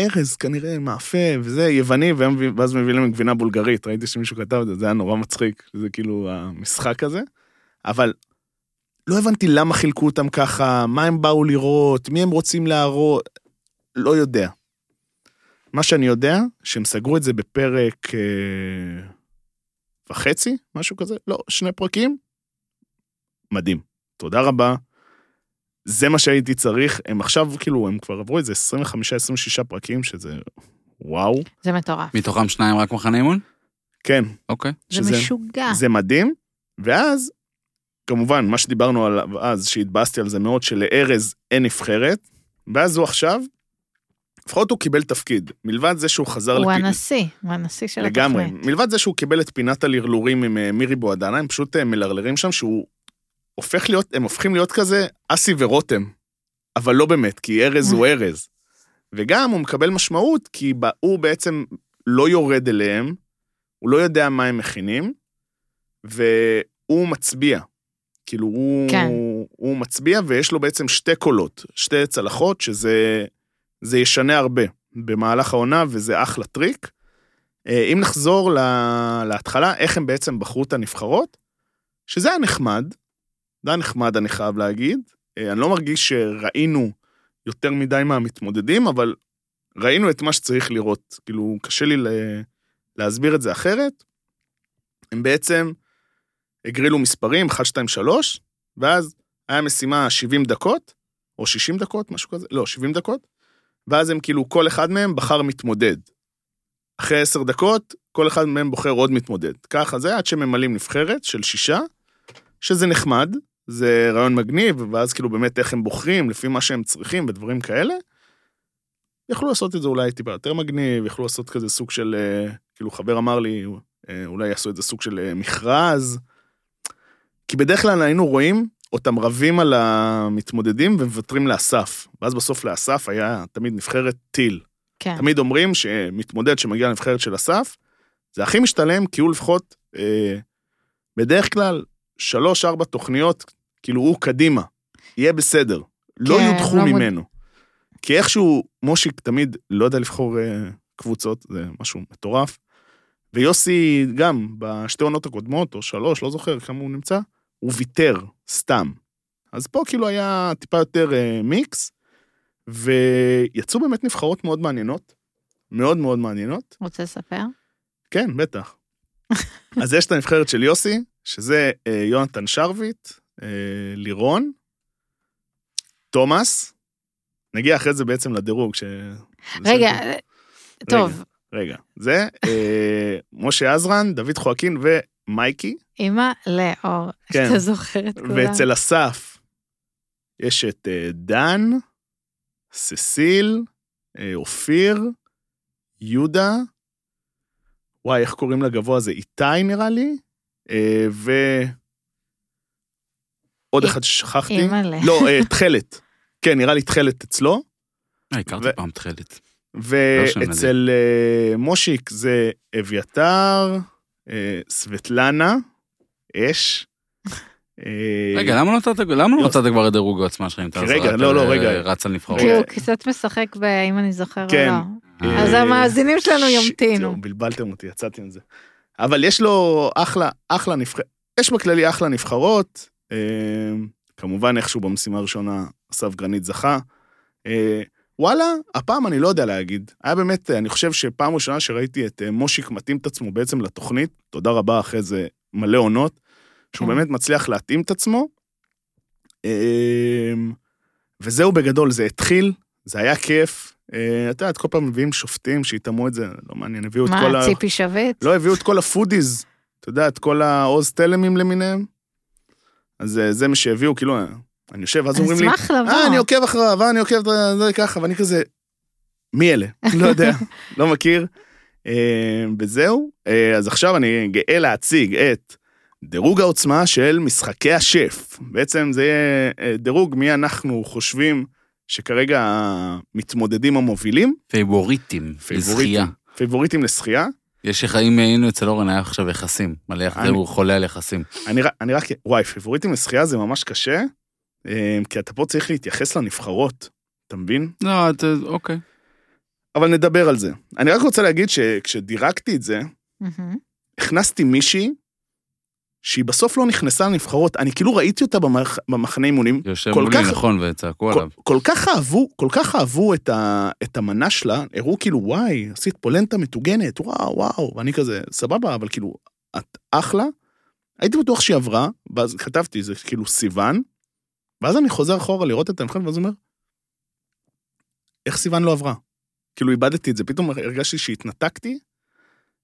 Speaker 1: ארז, כנראה מאפה וזה, יווני, והם- ואז מביאים להם גבינה בולגרית, ראיתי שמישהו כתב את זה, זה היה נורא מצחיק, זה כאילו המשחק הזה. אבל לא הבנתי למה חילקו אותם ככה, מה הם באו לראות, מי הם רוצים להראות, לא יודע. מה שאני יודע, שהם סגרו את זה בפרק אה, וחצי, משהו כזה, לא, שני פרקים. מדהים. תודה רבה. זה מה שהייתי צריך, הם עכשיו, כאילו, הם כבר עברו איזה 25-26 פרקים, שזה וואו.
Speaker 2: זה מטורף.
Speaker 3: מתוכם שניים רק מחנה אימון?
Speaker 1: כן,
Speaker 3: אוקיי.
Speaker 2: זה
Speaker 1: שזה-
Speaker 2: משוגע.
Speaker 1: זה מדהים. ואז, כמובן, מה שדיברנו עליו אז, שהתבאסתי על זה מאוד, שלארז אין נבחרת, ואז הוא עכשיו, לפחות הוא קיבל תפקיד, מלבד זה שהוא חזר
Speaker 2: הוא
Speaker 1: לפי-
Speaker 2: הנשיא, הוא הנשיא של התוכנית.
Speaker 1: לגמרי. מלבד זה שהוא קיבל את פינת הלרלורים עם אה, מירי בועדנה, הם פשוט אה, מלרלרים שם שהוא הופך להיות, הם הופכים להיות כזה אסי ורותם. אבל לא באמת, כי ארז הוא ארז. וגם הוא מקבל משמעות, כי ב- הוא בעצם לא יורד אליהם, הוא לא יודע מה הם מכינים, והוא מצביע. כאילו, הוא,
Speaker 2: כן.
Speaker 1: הוא מצביע ויש לו בעצם שתי קולות, שתי צלחות, שזה זה ישנה הרבה במהלך העונה, וזה אחלה טריק. אה, אם נחזור לה, להתחלה, איך הם בעצם בחרו את הנבחרות, שזה היה נחמד, זה היה נחמד, אני חייב להגיד. אה, אני לא מרגיש שראינו יותר מדי מהמתמודדים, אבל ראינו את מה שצריך לראות. כאילו, קשה לי ל- להסביר את זה אחרת. הם בעצם הגרילו מספרים, 1, 2, 3, ואז היה משימה 70 דקות, או 60 דקות, משהו כזה, לא, 70 דקות, ואז הם כאילו, כל אחד מהם בחר מתמודד. אחרי 10 דקות, כל אחד מהם בוחר עוד מתמודד. ככה זה, עד שממלאים נבחרת של שישה, שזה נחמד, זה רעיון מגניב, ואז כאילו באמת איך הם בוחרים, לפי מה שהם צריכים ודברים כאלה. יכלו לעשות את זה אולי טיפה יותר מגניב, יכלו לעשות כזה סוג של, אה, כאילו חבר אמר לי, אה, אולי יעשו את זה סוג של אה, מכרז. כי בדרך כלל היינו רואים אותם רבים על המתמודדים ומוותרים לאסף. ואז בסוף לאסף היה תמיד נבחרת טיל.
Speaker 2: כן.
Speaker 1: תמיד אומרים שמתמודד שמגיע לנבחרת של אסף, זה הכי משתלם, כי הוא לפחות, אה, בדרך כלל, שלוש-ארבע תוכניות, כאילו הוא קדימה, יהיה בסדר, לא
Speaker 2: כן,
Speaker 1: יודחו
Speaker 2: לא מוד-
Speaker 1: ממנו. כי איכשהו, מושיק תמיד לא יודע לבחור אה, קבוצות, זה משהו מטורף. ויוסי גם, בשתי עונות הקודמות, או שלוש, לא זוכר כמה הוא נמצא, הוא ויתר, סתם. אז פה כאילו היה טיפה יותר אה, מיקס, ויצאו באמת נבחרות מאוד מעניינות, מאוד מאוד מעניינות,
Speaker 2: רוצה לספר?
Speaker 1: כן, בטח. אז יש את הנבחרת של יוסי, שזה אה, יונתן שרביט, אה, לירון, תומאס, נגיע אחרי זה בעצם לדירוג ש...
Speaker 2: רגע,
Speaker 1: רגע,
Speaker 2: טוב,
Speaker 1: רגע, זה אה, משה עזרן, דוד חואקין ומייקי,
Speaker 2: אימא לאור,
Speaker 1: כן.
Speaker 2: שאתה זוכר את כולם.
Speaker 1: ואצל אסף יש את אה, דן, ססיל, אה, אופיר, יהודה, וואי, איך קוראים לגבוה הזה? איתי נראה לי, אה, ו... עוד
Speaker 2: אי-
Speaker 1: אחד ששכחתי.
Speaker 2: אימא'לה.
Speaker 1: לא, אה, תכלת. כן, נראה לי תכלת אצלו.
Speaker 3: אה, הכרתי
Speaker 1: ו-
Speaker 3: פעם תכלת. שם
Speaker 1: ואצל אה, מושיק זה אביתר, אה, סבטלנה, אש. אה,
Speaker 3: רגע, למה לא נתת למה לא
Speaker 1: יוס.
Speaker 3: נתת כבר את דירוג העצמה שלך אם אתה
Speaker 1: רגע,
Speaker 3: רק,
Speaker 1: לא, לא,
Speaker 3: אה,
Speaker 1: רגע.
Speaker 3: רץ על נבחרות?
Speaker 2: כי הוא קצת משחק ב- אם אני זוכר או
Speaker 1: כן.
Speaker 2: לא.
Speaker 3: אה,
Speaker 2: אז
Speaker 1: אה,
Speaker 2: המאזינים שלנו
Speaker 1: שיט,
Speaker 2: ימתינו.
Speaker 1: יואו, בלבלתם אותי, יצאתי עם זה. אבל יש לו אחלה, אחלה נבחרת, יש בכללי אחלה נבחרות. אה, כמובן, איכשהו במשימה הראשונה, אסף גרנית זכה. אה, וואלה, הפעם אני לא יודע להגיד. היה באמת, אה, אני חושב שפעם ראשונה שראיתי את אה, מושיק מתאים את עצמו בעצם לתוכנית, תודה רבה אחרי זה מלא עונות, שהוא
Speaker 2: כן.
Speaker 1: באמת מצליח להתאים את עצמו. אה, וזהו בגדול, זה התחיל, זה היה כיף. אה, אתה יודעת, כל פעם מביאים שופטים שיטעמו את זה, לא מעניין, הביאו את
Speaker 2: מה,
Speaker 1: כל ה...
Speaker 2: ציפי שביט?
Speaker 1: לא, הביאו את כל הפודיז, אתה יודע, את כל העוז תלמים למיניהם. אז אה, זה מה שהביאו, כאילו, אה, אני יושב, אז
Speaker 2: אני
Speaker 1: אומרים לי,
Speaker 2: אשמח
Speaker 1: אה, אני
Speaker 2: לבוא.
Speaker 1: עוקב אחריו, אה, אני עוקב, אה, זה ככה, ואני כזה, מי אלה? לא יודע, לא מכיר. אה, וזהו, אה, אז עכשיו אני גאה להציג את דירוג העוצמה של משחקי השף. בעצם זה יהיה אה, דירוג מי אנחנו חושבים שכרגע המתמודדים המובילים,
Speaker 3: פייבוריטים, לזכייה.
Speaker 1: פייבוריטים לשחייה.
Speaker 3: יש לך, אם היינו אצל אורן, היה עכשיו יחסים. מלא
Speaker 1: אני-
Speaker 3: יחסים, הוא חולה על יחסים.
Speaker 1: אני, ר- אני רק, וואי, פייבוריטים לשחייה זה ממש קשה, אה, כי אתה פה צריך להתייחס לנבחרות, אתה מבין?
Speaker 3: לא, אתה, אוקיי.
Speaker 1: אבל נדבר על זה. אני רק רוצה להגיד שכשדירקתי את זה,
Speaker 2: מהמם.
Speaker 1: הכנסתי מישהי שהיא בסוף לא נכנסה לנבחרות, אני כאילו ראיתי אותה במח, במחנה אימונים,
Speaker 3: יושב
Speaker 1: כל
Speaker 3: מולי,
Speaker 1: כך-
Speaker 3: נכון, וצעקו
Speaker 1: כל,
Speaker 3: עליו.
Speaker 1: כל כך אהבו, כל כך אהבו את, ה, את המנה שלה, הראו כאילו, וואי, עשית פולנטה מטוגנת, וואו, וואו, ואני כזה, סבבה, אבל כאילו, את אחלה. הייתי בטוח שהיא עברה, ואז כתבתי, זה כאילו סיוון, ואז אני חוזר אחורה לראות את הנבחרת, ואז אומר, איך סיוון לא עברה? כאילו, איבדתי את זה, פתאום הרגשתי שהתנתקתי.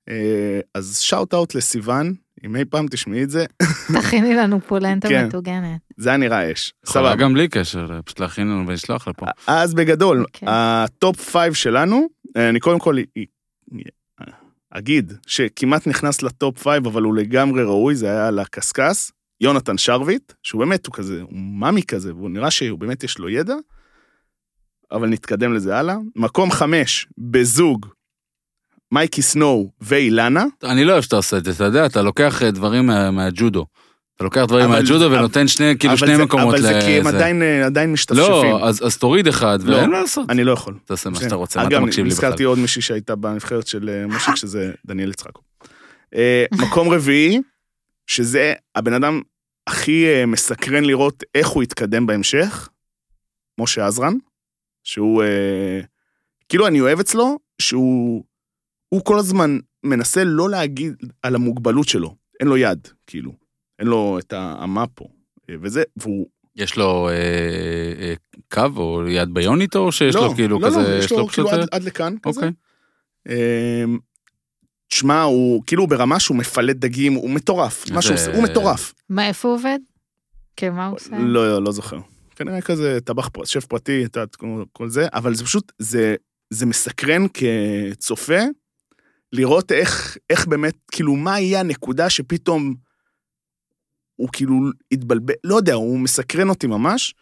Speaker 1: אה, אז שאוט אאוט לסיוון, אם אי פעם תשמעי את זה,
Speaker 2: תכיני לנו פולנטה
Speaker 1: כן.
Speaker 2: מטוגנת.
Speaker 1: זה היה נראה אש.
Speaker 3: סבבה.
Speaker 1: סבבה.
Speaker 3: גם בלי קשר, אה, פשוט להכין לנו ולשלוח לפה.
Speaker 1: אז בגדול, okay.
Speaker 2: אוקיי.
Speaker 1: הטופ פייב שלנו, אה, אני קודם כל אה, אגיד שכמעט נכנס לטופ פייב, אבל הוא לגמרי ראוי, זה היה על הקשקש, יונתן שרביט, שהוא באמת, הוא כזה, הוא מאמי כזה, והוא נראה שהוא באמת יש לו ידע, אבל נתקדם לזה הלאה. מקום חמש, בזוג, מייקי סנואו ואילנה,
Speaker 3: אני לא אוהב שאתה עושה את זה, אתה יודע, אתה לוקח אה, דברים מה- מהג'ודו. אתה לוקח דברים
Speaker 1: אבל-
Speaker 3: מהג'ודו
Speaker 1: אבל-
Speaker 3: ונותן שני, כאילו
Speaker 1: אבל
Speaker 3: שני
Speaker 1: זה-
Speaker 3: מקומות
Speaker 1: אבל זה כי הם
Speaker 3: לזה.
Speaker 1: עדיין, אה, עדיין משתפשפים.
Speaker 3: לא, אז- אז תוריד אחד,
Speaker 1: לא.
Speaker 3: ואין מה לעשות.
Speaker 1: אני לא יכול.
Speaker 3: תעשה מה
Speaker 1: בסדר.
Speaker 3: שאתה רוצה, מה אתה
Speaker 1: אגב,
Speaker 3: מקשיב לי בכלל?
Speaker 1: נזכרתי עוד מישהי שהייתה בנבחרת של אה, מושיק, שזה דניאל יצחקו. אה, מקום רביעי, שזה הבן אדם הכי אה, מסקרן לראות איך הוא יתקדם בהמשך, משה עזרן, שהוא, אה, כאילו אני אוהב אצלו, שהוא הוא כל הזמן מנסה לא להגיד על המוגבלות שלו, אין לו יד, כאילו, אין לו את האמה פה, אה, וזה, והוא
Speaker 3: יש לו אה, אה, קו או יד ביונית או שיש
Speaker 1: לא,
Speaker 3: לו כאילו
Speaker 1: לא,
Speaker 3: כזה,
Speaker 1: לא, יש לו
Speaker 3: פשוט...
Speaker 1: כאילו
Speaker 3: אה,
Speaker 1: עד, עד לכאן כזה.
Speaker 3: אוקיי.
Speaker 1: אמ, תשמע, הוא כאילו ברמה שהוא מפלט דגים, הוא מטורף, מה שהוא עושה, הוא מטורף.
Speaker 2: מה, איפה הוא עובד? כן, מה הוא עושה?
Speaker 1: לא, לא זוכר. כנראה כזה טבח פרט, שף פרטי, את יודעת, כל- כל זה, אבל זה פשוט, זה, זה מסקרן כצופה, לראות איך, איך באמת, כאילו, מה יהיה הנקודה שפתאום הוא כאילו התבלבל, לא יודע, הוא מסקרן אותי ממש.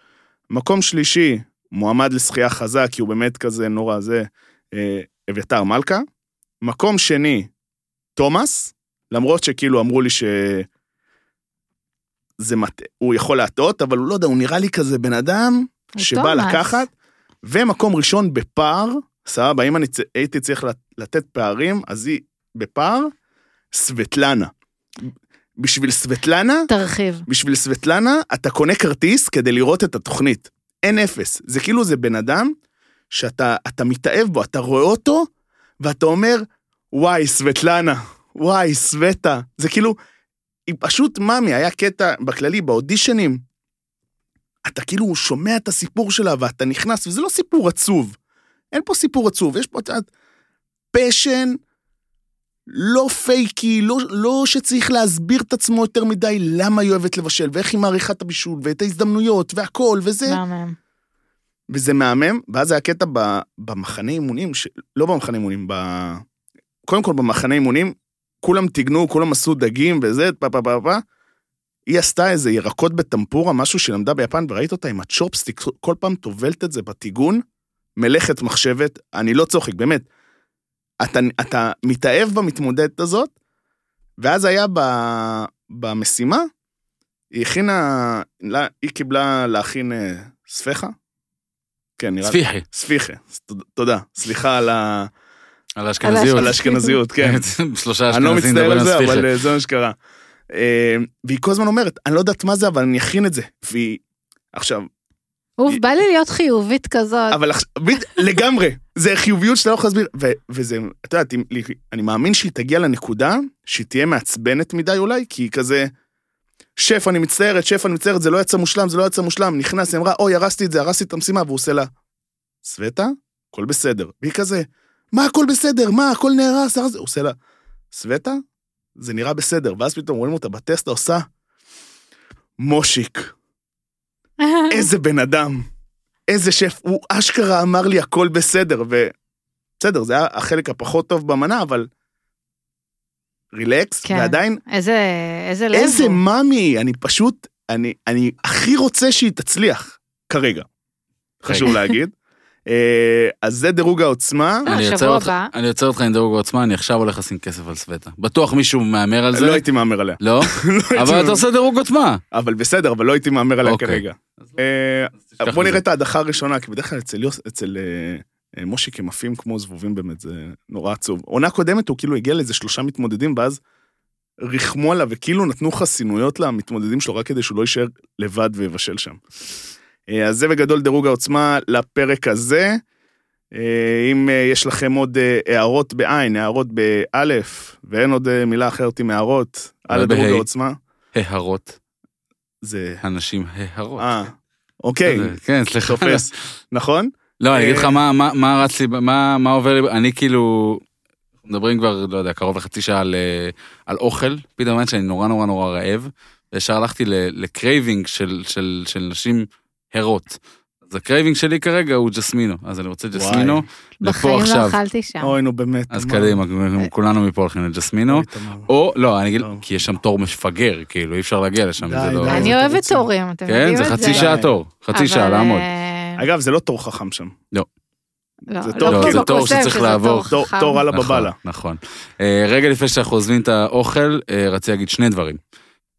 Speaker 1: מקום שלישי, מועמד לשחייה חזק, כי הוא באמת כזה נורא זה, אה, אביתר מלכה. מקום שני, תומאס, למרות שכאילו אמרו לי ש... זה מט... הוא יכול להטעות, אבל הוא לא יודע, הוא נראה לי כזה בן אדם
Speaker 2: הוא
Speaker 1: שבא
Speaker 2: תומאס.
Speaker 1: לקחת, ומקום ראשון בפער, סבבה, אם אני צ... הייתי צריך לת- לתת פערים, אז היא בפער, סבטלנה. בשביל סבטלנה,
Speaker 2: תרחיב.
Speaker 1: בשביל סבטלנה, אתה קונה כרטיס כדי לראות את התוכנית. אין אפס. זה כאילו זה בן אדם שאתה אתה מתאהב בו, אתה רואה אותו, ואתה אומר, וואי, סבטלנה, וואי, סבטה. זה כאילו, היא פשוט מאמי, היה קטע בכללי, באודישנים. אתה כאילו שומע את הסיפור שלה ואתה נכנס, וזה לא סיפור עצוב. אין פה סיפור עצוב, יש פה, את יודעת, פשן, לא פייקי, לא, לא שצריך להסביר את עצמו יותר מדי למה היא אוהבת לבשל, ואיך היא מעריכה את הבישול, ואת ההזדמנויות, והכל, וזה.
Speaker 2: מהמם.
Speaker 1: וזה מהמם, ואז היה קטע ב, במחנה אימונים, ש... לא במחנה אימונים, ב... קודם כל במחנה אימונים, כולם טיגנו, כולם עשו דגים וזה, פה פה פה פה. היא עשתה איזה ירקות בטמפורה, משהו שהיא למדה ביפן, וראית אותה עם הצ'ופסטיק, כל פעם טובלת את זה בטיגון, מלאכת מחשבת, אני לא צוחק, באמת. אתה, אתה מתאהב במתמודדת הזאת, ואז היה ב, במשימה, היא הכינה, לה- היא קיבלה להכין אה, ספיחה. כן, נראה לי.
Speaker 3: ספיחי,
Speaker 1: ספיחה. תודה- תודה. סליחה על ה-
Speaker 3: על האשכנזיות.
Speaker 1: על האשכנזיות, כן.
Speaker 3: שלושה
Speaker 1: אני לא
Speaker 3: אשכנזים
Speaker 1: מצטער
Speaker 3: מדברים
Speaker 1: על
Speaker 3: על
Speaker 1: זה,
Speaker 3: ספיחי.
Speaker 1: אבל אה, זה מה שקרה. אה, והיא כל הזמן אומרת, אני לא יודעת מה זה, אבל אני אכין את זה. והיא... עכשיו,
Speaker 2: אוף, בא לי להיות חיובית כזאת.
Speaker 1: אבל עכשיו, בד- לגמרי, זה חיוביות שאתה לא יכול להסביר, ו- וזה, את יודעת, אם- לי- אני מאמין שהיא תגיע לנקודה שהיא תהיה מעצבנת מדי אולי, כי היא כזה, שף, אני מצטערת, שף, אני מצטערת, זה לא יצא מושלם, זה לא יצא מושלם, נכנס, היא אמרה, אוי, הרסתי את זה, הרסתי את המשימה, והוא עושה לה, סווטה, הכל בסדר. והיא כזה, מה הכל בסדר, מה, הכל נהרס, הרס, הוא עושה לה, סווטה, זה נראה בסדר, ואז פתאום רואים אותה בטסט עושה, מושיק. איזה בן אדם, איזה שף, הוא אשכרה אמר לי הכל בסדר, ובסדר, זה היה החלק הפחות טוב במנה, אבל רילקס,
Speaker 2: כן. לא
Speaker 1: ועדיין,
Speaker 2: איזה, איזה לב
Speaker 1: איזה
Speaker 2: הוא.
Speaker 1: מאמי, אני פשוט, אני, אני הכי רוצה שהיא תצליח, כרגע. חשוב להגיד. אה, אז זה דירוג העוצמה,
Speaker 2: אה,
Speaker 3: אני עוצר
Speaker 2: שבוע
Speaker 3: אותך-
Speaker 2: הבא.
Speaker 3: אני עוצר אותך עם דירוג העוצמה, אני עכשיו הולך לשים כסף על סווטה. בטוח מישהו מהמר על זה?
Speaker 1: לא הייתי מהמר עליה. לא
Speaker 3: לא?
Speaker 1: הייתי
Speaker 3: אבל
Speaker 1: מהמר.
Speaker 3: אתה עושה דירוג עוצמה.
Speaker 1: אבל בסדר, אבל לא הייתי מהמר עליה
Speaker 3: אוקיי.
Speaker 1: כרגע. אה,
Speaker 3: תשכח
Speaker 1: בוא
Speaker 3: מזה.
Speaker 1: נראה את ההדחה הראשונה, כי בדרך כלל אצל יוס- אצל אה, אה, מושיק הם עפים כמו זבובים באמת, זה נורא עצוב. עונה קודמת הוא כאילו הגיע לאיזה שלושה מתמודדים, ואז ריחמו עליו, וכאילו נתנו חסינויות למתמודדים שלו רק כדי שהוא לא יישאר לבד ויבשל שם. אה, אז זה בגדול דירוג העוצמה לפרק הזה. אה, אם אה, יש לכם עוד אה, הערות בעין, הערות באלף, ואין עוד אה, מילה אחרת עם הערות על הדירוג
Speaker 3: ובה'.
Speaker 1: העוצמה,
Speaker 3: ההרות.
Speaker 1: זה...
Speaker 3: אנשים ההרות.
Speaker 1: אה, אוקיי,
Speaker 3: כן, סליחה.
Speaker 1: תופס, נכון?
Speaker 3: לא, אני אגיד לך
Speaker 1: אה,
Speaker 3: מה- מה- מה רץ לי, מה מה עובר לי, אני כאילו, מדברים כבר, לא יודע, קרוב לחצי שעה על, אה, על אוכל, פתאום האמת שאני נורא נורא נורא רעב, וישר הלכתי ל- לקרייבינג של- של של נשים הרות. אז הקרייבינג שלי כרגע הוא ג'סמינו, אז אני רוצה ג'סמינו, לפה
Speaker 2: בחיים לא
Speaker 3: עכשיו.
Speaker 2: אכלתי שם.
Speaker 1: אוי, נו באמת.
Speaker 3: אז
Speaker 1: תמר.
Speaker 3: קדימה,
Speaker 1: אה,
Speaker 3: כולנו מפה הולכים לג'סמינו.
Speaker 1: אוי, תמר.
Speaker 3: או, לא, אני אגיד,
Speaker 1: לא.
Speaker 3: כי יש שם תור מפגר, כאילו, אי אפשר להגיע לשם,
Speaker 1: די,
Speaker 3: זה לא...
Speaker 1: די.
Speaker 2: אני
Speaker 1: איזה
Speaker 2: אוהבת
Speaker 1: תירוצים.
Speaker 2: תורים, אתם יודעים
Speaker 3: כן,
Speaker 2: את
Speaker 3: זה
Speaker 2: זה.
Speaker 3: חצי שעה תור, חצי שעה
Speaker 2: אבל,
Speaker 3: לעמוד.
Speaker 2: אה,
Speaker 1: אגב, זה לא תור חכם שם.
Speaker 2: לא,
Speaker 1: זה
Speaker 2: לא
Speaker 1: תור,
Speaker 2: כמו
Speaker 1: כאילו,
Speaker 2: בקוסם,
Speaker 3: תור שצריך
Speaker 2: שזה
Speaker 3: לעבור.
Speaker 1: תור-
Speaker 2: חכם.
Speaker 1: תור על
Speaker 3: נכון,
Speaker 1: הבבלה.
Speaker 3: נכון. אה, רגע לפני שאנחנו עוזבים את האוכל, אה, רציתי להגיד שני דברים.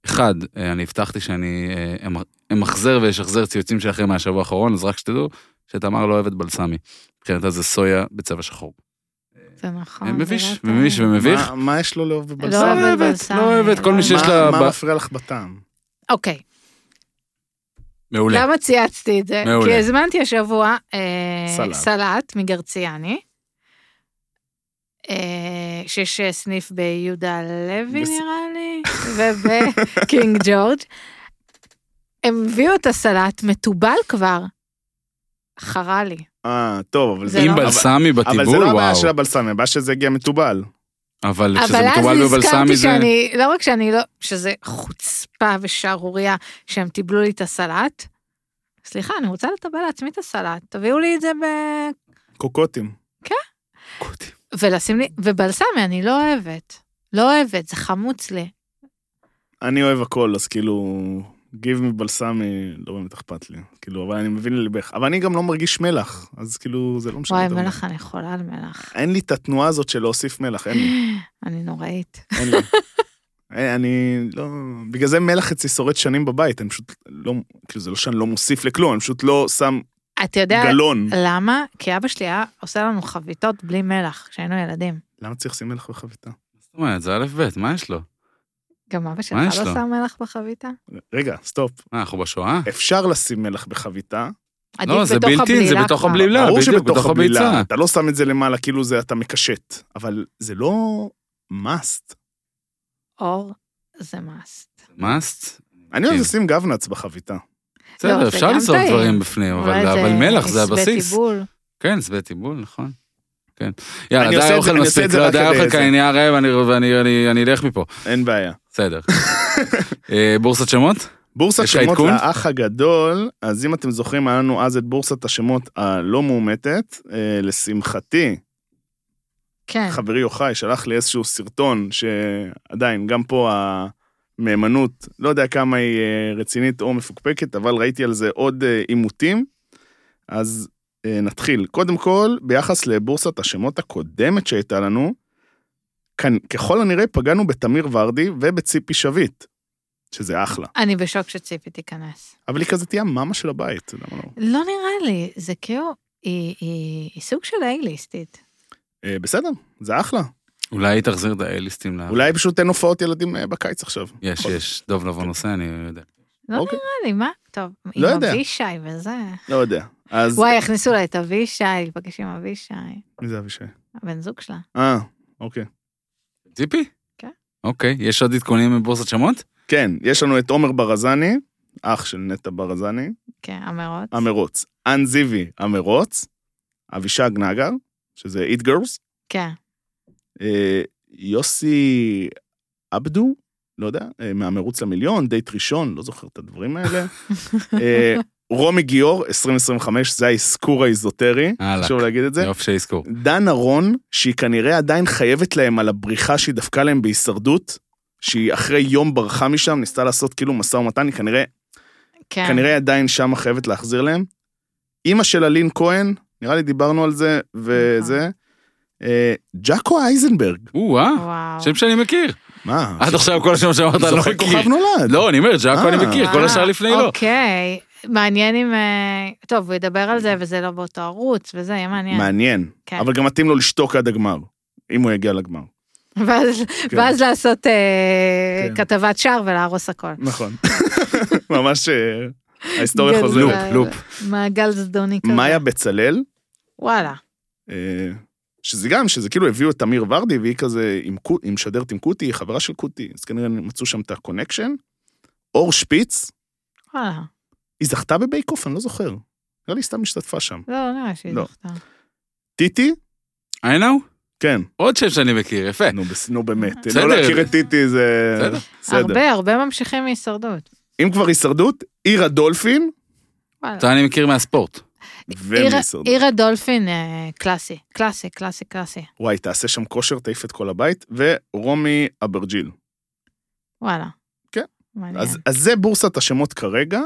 Speaker 3: אחד, אה, אני הבטחתי שאני אה, אמ- אמחזר ואשחזר ציוצים שלכם מהשבוע האחרון, אז רק שתדעו שתמר לא אוהבת בלסמי. מבחינתה זה סויה בצבע שחור.
Speaker 2: זה נכון.
Speaker 3: אה,
Speaker 2: זה
Speaker 3: מביש,
Speaker 2: לא
Speaker 3: מביש
Speaker 2: טעים.
Speaker 3: ומביך.
Speaker 1: מה- מה יש לו לאהוב
Speaker 2: לא
Speaker 1: בבלסם?
Speaker 2: אוהבת
Speaker 3: לא אוהבת,
Speaker 2: בלסמי,
Speaker 3: לא אוהבת, כל מי
Speaker 2: לא
Speaker 3: שיש
Speaker 2: אוהבת.
Speaker 3: לה...
Speaker 1: מה
Speaker 3: ב-
Speaker 1: מפריע לך בטעם?
Speaker 2: אוקיי,
Speaker 3: מעולה.
Speaker 2: למה צייצתי את זה?
Speaker 3: מעולה.
Speaker 2: כי הזמנתי השבוע אה,
Speaker 1: סלט.
Speaker 2: סלט מגרציאני. אה, שיש אה, סניף ביהודה לוי
Speaker 1: בס-
Speaker 2: נראה לי, ובקינג ג'ורג'. הם הביאו את הסלט מתובל כבר. חרה לי.
Speaker 1: אה, טוב, אבל
Speaker 2: זה
Speaker 1: זה...
Speaker 2: לא-
Speaker 3: עם
Speaker 1: אבל-
Speaker 3: בלסמי
Speaker 1: אבל זה
Speaker 3: בטיבול,
Speaker 1: לא הבעיה
Speaker 3: וואו.
Speaker 1: של הבלסם, הבעיה שזה הגיע מתובל.
Speaker 3: אבל כשזה
Speaker 2: אבל אז
Speaker 3: מטובל בבלסמי
Speaker 2: נזכרתי
Speaker 3: זה...
Speaker 2: שאני, לא רק שאני לא, שזה חוצפה ושערורייה שהם טיבלו לי את הסלט. סליחה, אני רוצה לטבל לעצמי את הסלט, תביאו לי את זה ב...
Speaker 1: קוקוטים.
Speaker 2: כן. ולשים לי, ובלסמי אני לא אוהבת. לא אוהבת, זה חמוץ לי.
Speaker 1: אני אוהב הכל, אז כאילו... גיב מבלסמי, לא באמת אכפת לי. כאילו, אבל אני מבין לליבך. אבל אני גם לא מרגיש מלח, אז כאילו, זה לא משנה.
Speaker 2: וואי,
Speaker 1: יותר מדי.
Speaker 2: מלח אני חולה על מלח.
Speaker 1: אין לי את התנועה הזאת של להוסיף מלח, אין לי.
Speaker 2: אני נוראית.
Speaker 1: אין לי. לא. אה, אני לא... בגלל זה מלח אצלי שורד שנים בבית, אני פשוט לא... כאילו, זה לא שאני לא מוסיף לכלום, אני פשוט לא שם
Speaker 2: אתה יודע
Speaker 1: גלון.
Speaker 2: למה? כי אבא שלי היה עושה לנו חביתות בלי מלח כשהיינו ילדים.
Speaker 1: למה צריך לשים מלח בחביתה?
Speaker 3: זאת אומרת, זה א' ב', מה יש לו?
Speaker 2: גם אבא שלך
Speaker 3: מה יש
Speaker 2: לא
Speaker 3: לו?
Speaker 2: שם מלח בחביתה?
Speaker 1: רגע, סטופ.
Speaker 3: מה, אנחנו בשואה?
Speaker 1: אפשר לשים מלח בחביתה.
Speaker 2: עדיף
Speaker 3: לא, זה
Speaker 2: בתוך
Speaker 3: בלתי, זה
Speaker 2: הבלילה
Speaker 3: בתוך
Speaker 2: כבר.
Speaker 3: הבלילה,
Speaker 1: ברור
Speaker 3: לא, בדיוק,
Speaker 1: שבתוך
Speaker 3: בתוך הביצה.
Speaker 1: הבלילה, אתה לא שם את זה למעלה, כאילו זה אתה מקשט. אבל זה לא must.
Speaker 2: אור זה must.
Speaker 1: כן.
Speaker 3: מאסט?
Speaker 1: אני אוהב
Speaker 3: כן.
Speaker 1: לשים גבנץ בחביתה.
Speaker 3: בסדר,
Speaker 2: לא, זה
Speaker 3: אפשר
Speaker 2: גם
Speaker 3: לזרוק
Speaker 2: טעים.
Speaker 3: דברים בפנים, אבל
Speaker 2: אולי
Speaker 3: אבל מלח זה
Speaker 2: עשבי
Speaker 3: הבסיס.
Speaker 2: טיבול.
Speaker 3: כן, שדה טיבול, נכון. כן. יאללה,
Speaker 1: עושה את
Speaker 3: די
Speaker 1: זה-
Speaker 3: אוכל
Speaker 1: אני עושה
Speaker 3: מספיק,
Speaker 1: את זה
Speaker 3: לא,
Speaker 1: רק
Speaker 3: די
Speaker 1: כדי
Speaker 3: אוכל, כי
Speaker 1: זה.
Speaker 3: אני נהיה רעב אני- ואני אני- אני אלך מפה.
Speaker 1: אין בעיה.
Speaker 3: בסדר. אה, בורסת שמות?
Speaker 1: בורסת
Speaker 3: יש לך
Speaker 1: שמות
Speaker 3: עדכון?
Speaker 1: לאח הגדול, אז אם אתם זוכרים, היה לנו אז את בורסת השמות הלא מאומתת. אה, לשמחתי,
Speaker 2: כן.
Speaker 1: חברי יוחאי שלח לי איזשהו סרטון שעדיין, גם פה המהימנות, לא יודע כמה היא אה, רצינית או מפוקפקת, אבל ראיתי על זה עוד אה, עימותים. אז אה, נתחיל. קודם כל, ביחס לבורסת השמות הקודמת שהייתה לנו, כאן, ככל הנראה פגענו בתמיר ורדי ובציפי שביט, שזה אחלה.
Speaker 2: אני בשוק שציפי תיכנס.
Speaker 1: אבל היא כזה תהיה המאמה של הבית, למה לא?
Speaker 2: לא נראה לי, זה כאילו, היא- היא היא סוג של אייליסטית.
Speaker 1: אה, בסדר, זה אחלה.
Speaker 3: אולי היא תחזיר את האליסטים ל...
Speaker 1: אולי פשוט אין הופעות ילדים אה, בקיץ עכשיו.
Speaker 3: יש, יש, דוב לבון עושה, אני יודע.
Speaker 2: לא
Speaker 1: אוקיי.
Speaker 2: נראה לי, מה? טוב,
Speaker 1: לא
Speaker 2: עם
Speaker 1: יודע.
Speaker 2: אבישי וזה.
Speaker 1: לא יודע. אז...
Speaker 2: וואי, הכניסו לה את אבישי, להיפגש עם אבישי,
Speaker 1: מי זה אבישי?
Speaker 2: הבן זוג שלה.
Speaker 1: אה, אוקיי.
Speaker 3: ציפי?
Speaker 2: כן.
Speaker 3: אוקיי, יש עוד עדכונים מבורסת שמות?
Speaker 1: כן, יש לנו את עומר ברזני, אח של נטע ברזני,
Speaker 2: כן, המרוץ.
Speaker 1: המרוץ. אן זיוי, המרוץ. אבישג נגר, שזה איט גרלס.
Speaker 2: כן.
Speaker 1: אה, יוסי עבדו, לא יודע, אה, מהמרוץ למיליון, דייט ראשון, לא זוכר את הדברים האלה. אה, רומי גיאור, 2025, זה האזכור האיזוטרי,
Speaker 3: הלאה.
Speaker 1: חשוב להגיד את זה.
Speaker 3: יופי של אזכור.
Speaker 1: דן ארון, שהיא כנראה עדיין חייבת להם על הבריחה שהיא דפקה להם בהישרדות, שהיא אחרי יום ברחה משם, ניסתה לעשות כאילו משא ומתן, היא כנראה,
Speaker 2: כן.
Speaker 1: כנראה עדיין שם חייבת להחזיר להם. אימא שלה לין כהן, נראה לי דיברנו על זה,
Speaker 2: נכון.
Speaker 1: וזה. אה, ג'אקו אייזנברג,
Speaker 3: או-אה,
Speaker 2: וואו.
Speaker 3: שם שאני מכיר.
Speaker 1: מה?
Speaker 3: עד עכשיו כל השם שאמרת אני אה, לא
Speaker 1: זוכר
Speaker 3: מכיר.
Speaker 1: כוכב נולד.
Speaker 3: לא, אני אומר, ג'אקו
Speaker 1: אה.
Speaker 3: אני מכיר, כל השאר לפני
Speaker 2: אה,
Speaker 3: לא.
Speaker 2: אוקיי. מעניין אם... אה, טוב, הוא ידבר על זה וזה לא באותו ערוץ, וזה יהיה מעניין.
Speaker 1: מעניין.
Speaker 2: כן.
Speaker 1: אבל גם מתאים לו לשתוק עד הגמר, אם הוא יגיע לגמר.
Speaker 2: ואז-
Speaker 1: כן.
Speaker 2: ואז לעשות אה,
Speaker 1: כן.
Speaker 2: כתבת שער ולהרוס הכל.
Speaker 1: נכון. ממש אה, ההיסטוריה
Speaker 2: גדול. לא,
Speaker 1: חוזרת.
Speaker 3: לופ.
Speaker 2: מעגל זדוני כזה.
Speaker 1: מאיה בצלאל,
Speaker 2: וואלה.
Speaker 1: אה, שזה גם, שזה כאילו הביאו את תמיר ורדי, והיא כזה עם, קו- עם שדרת עם קוטי, היא חברה של קוטי, אז כנראה מצאו שם את הקונקשן. אור שפיץ,
Speaker 2: וואלה.
Speaker 1: היא זכתה בבייק אוף, אני לא זוכר. נראה לי סתם השתתפה שם.
Speaker 2: לא, נראה שהיא
Speaker 1: לא.
Speaker 2: זכתה.
Speaker 1: טיטי?
Speaker 3: I know?
Speaker 1: כן.
Speaker 3: עוד שם שאני מכיר, יפה.
Speaker 1: נו, בס- נו באמת.
Speaker 2: בסדר.
Speaker 1: לא להכיר את טיטי זה...
Speaker 3: כן. בסדר.
Speaker 1: בסדר.
Speaker 2: אה. הרבה, הרבה ממשיכים מהישרדות.
Speaker 1: אם כבר הישרדות, עירה דולפין
Speaker 2: וואלה.
Speaker 3: אותה אני מכיר מהספורט.
Speaker 2: עיר-
Speaker 1: ומהישרדות.
Speaker 2: עיר הדולפין אה, קלאסי, קלאסי, קלאסי, קלאסי.
Speaker 1: וואי, תעשה שם כושר, תעיף את כל הבית, ורומי אברג'יל.
Speaker 2: וואלה.
Speaker 1: כן.
Speaker 2: מעניין.
Speaker 1: אז, אז זה בורסת השמות כרגע.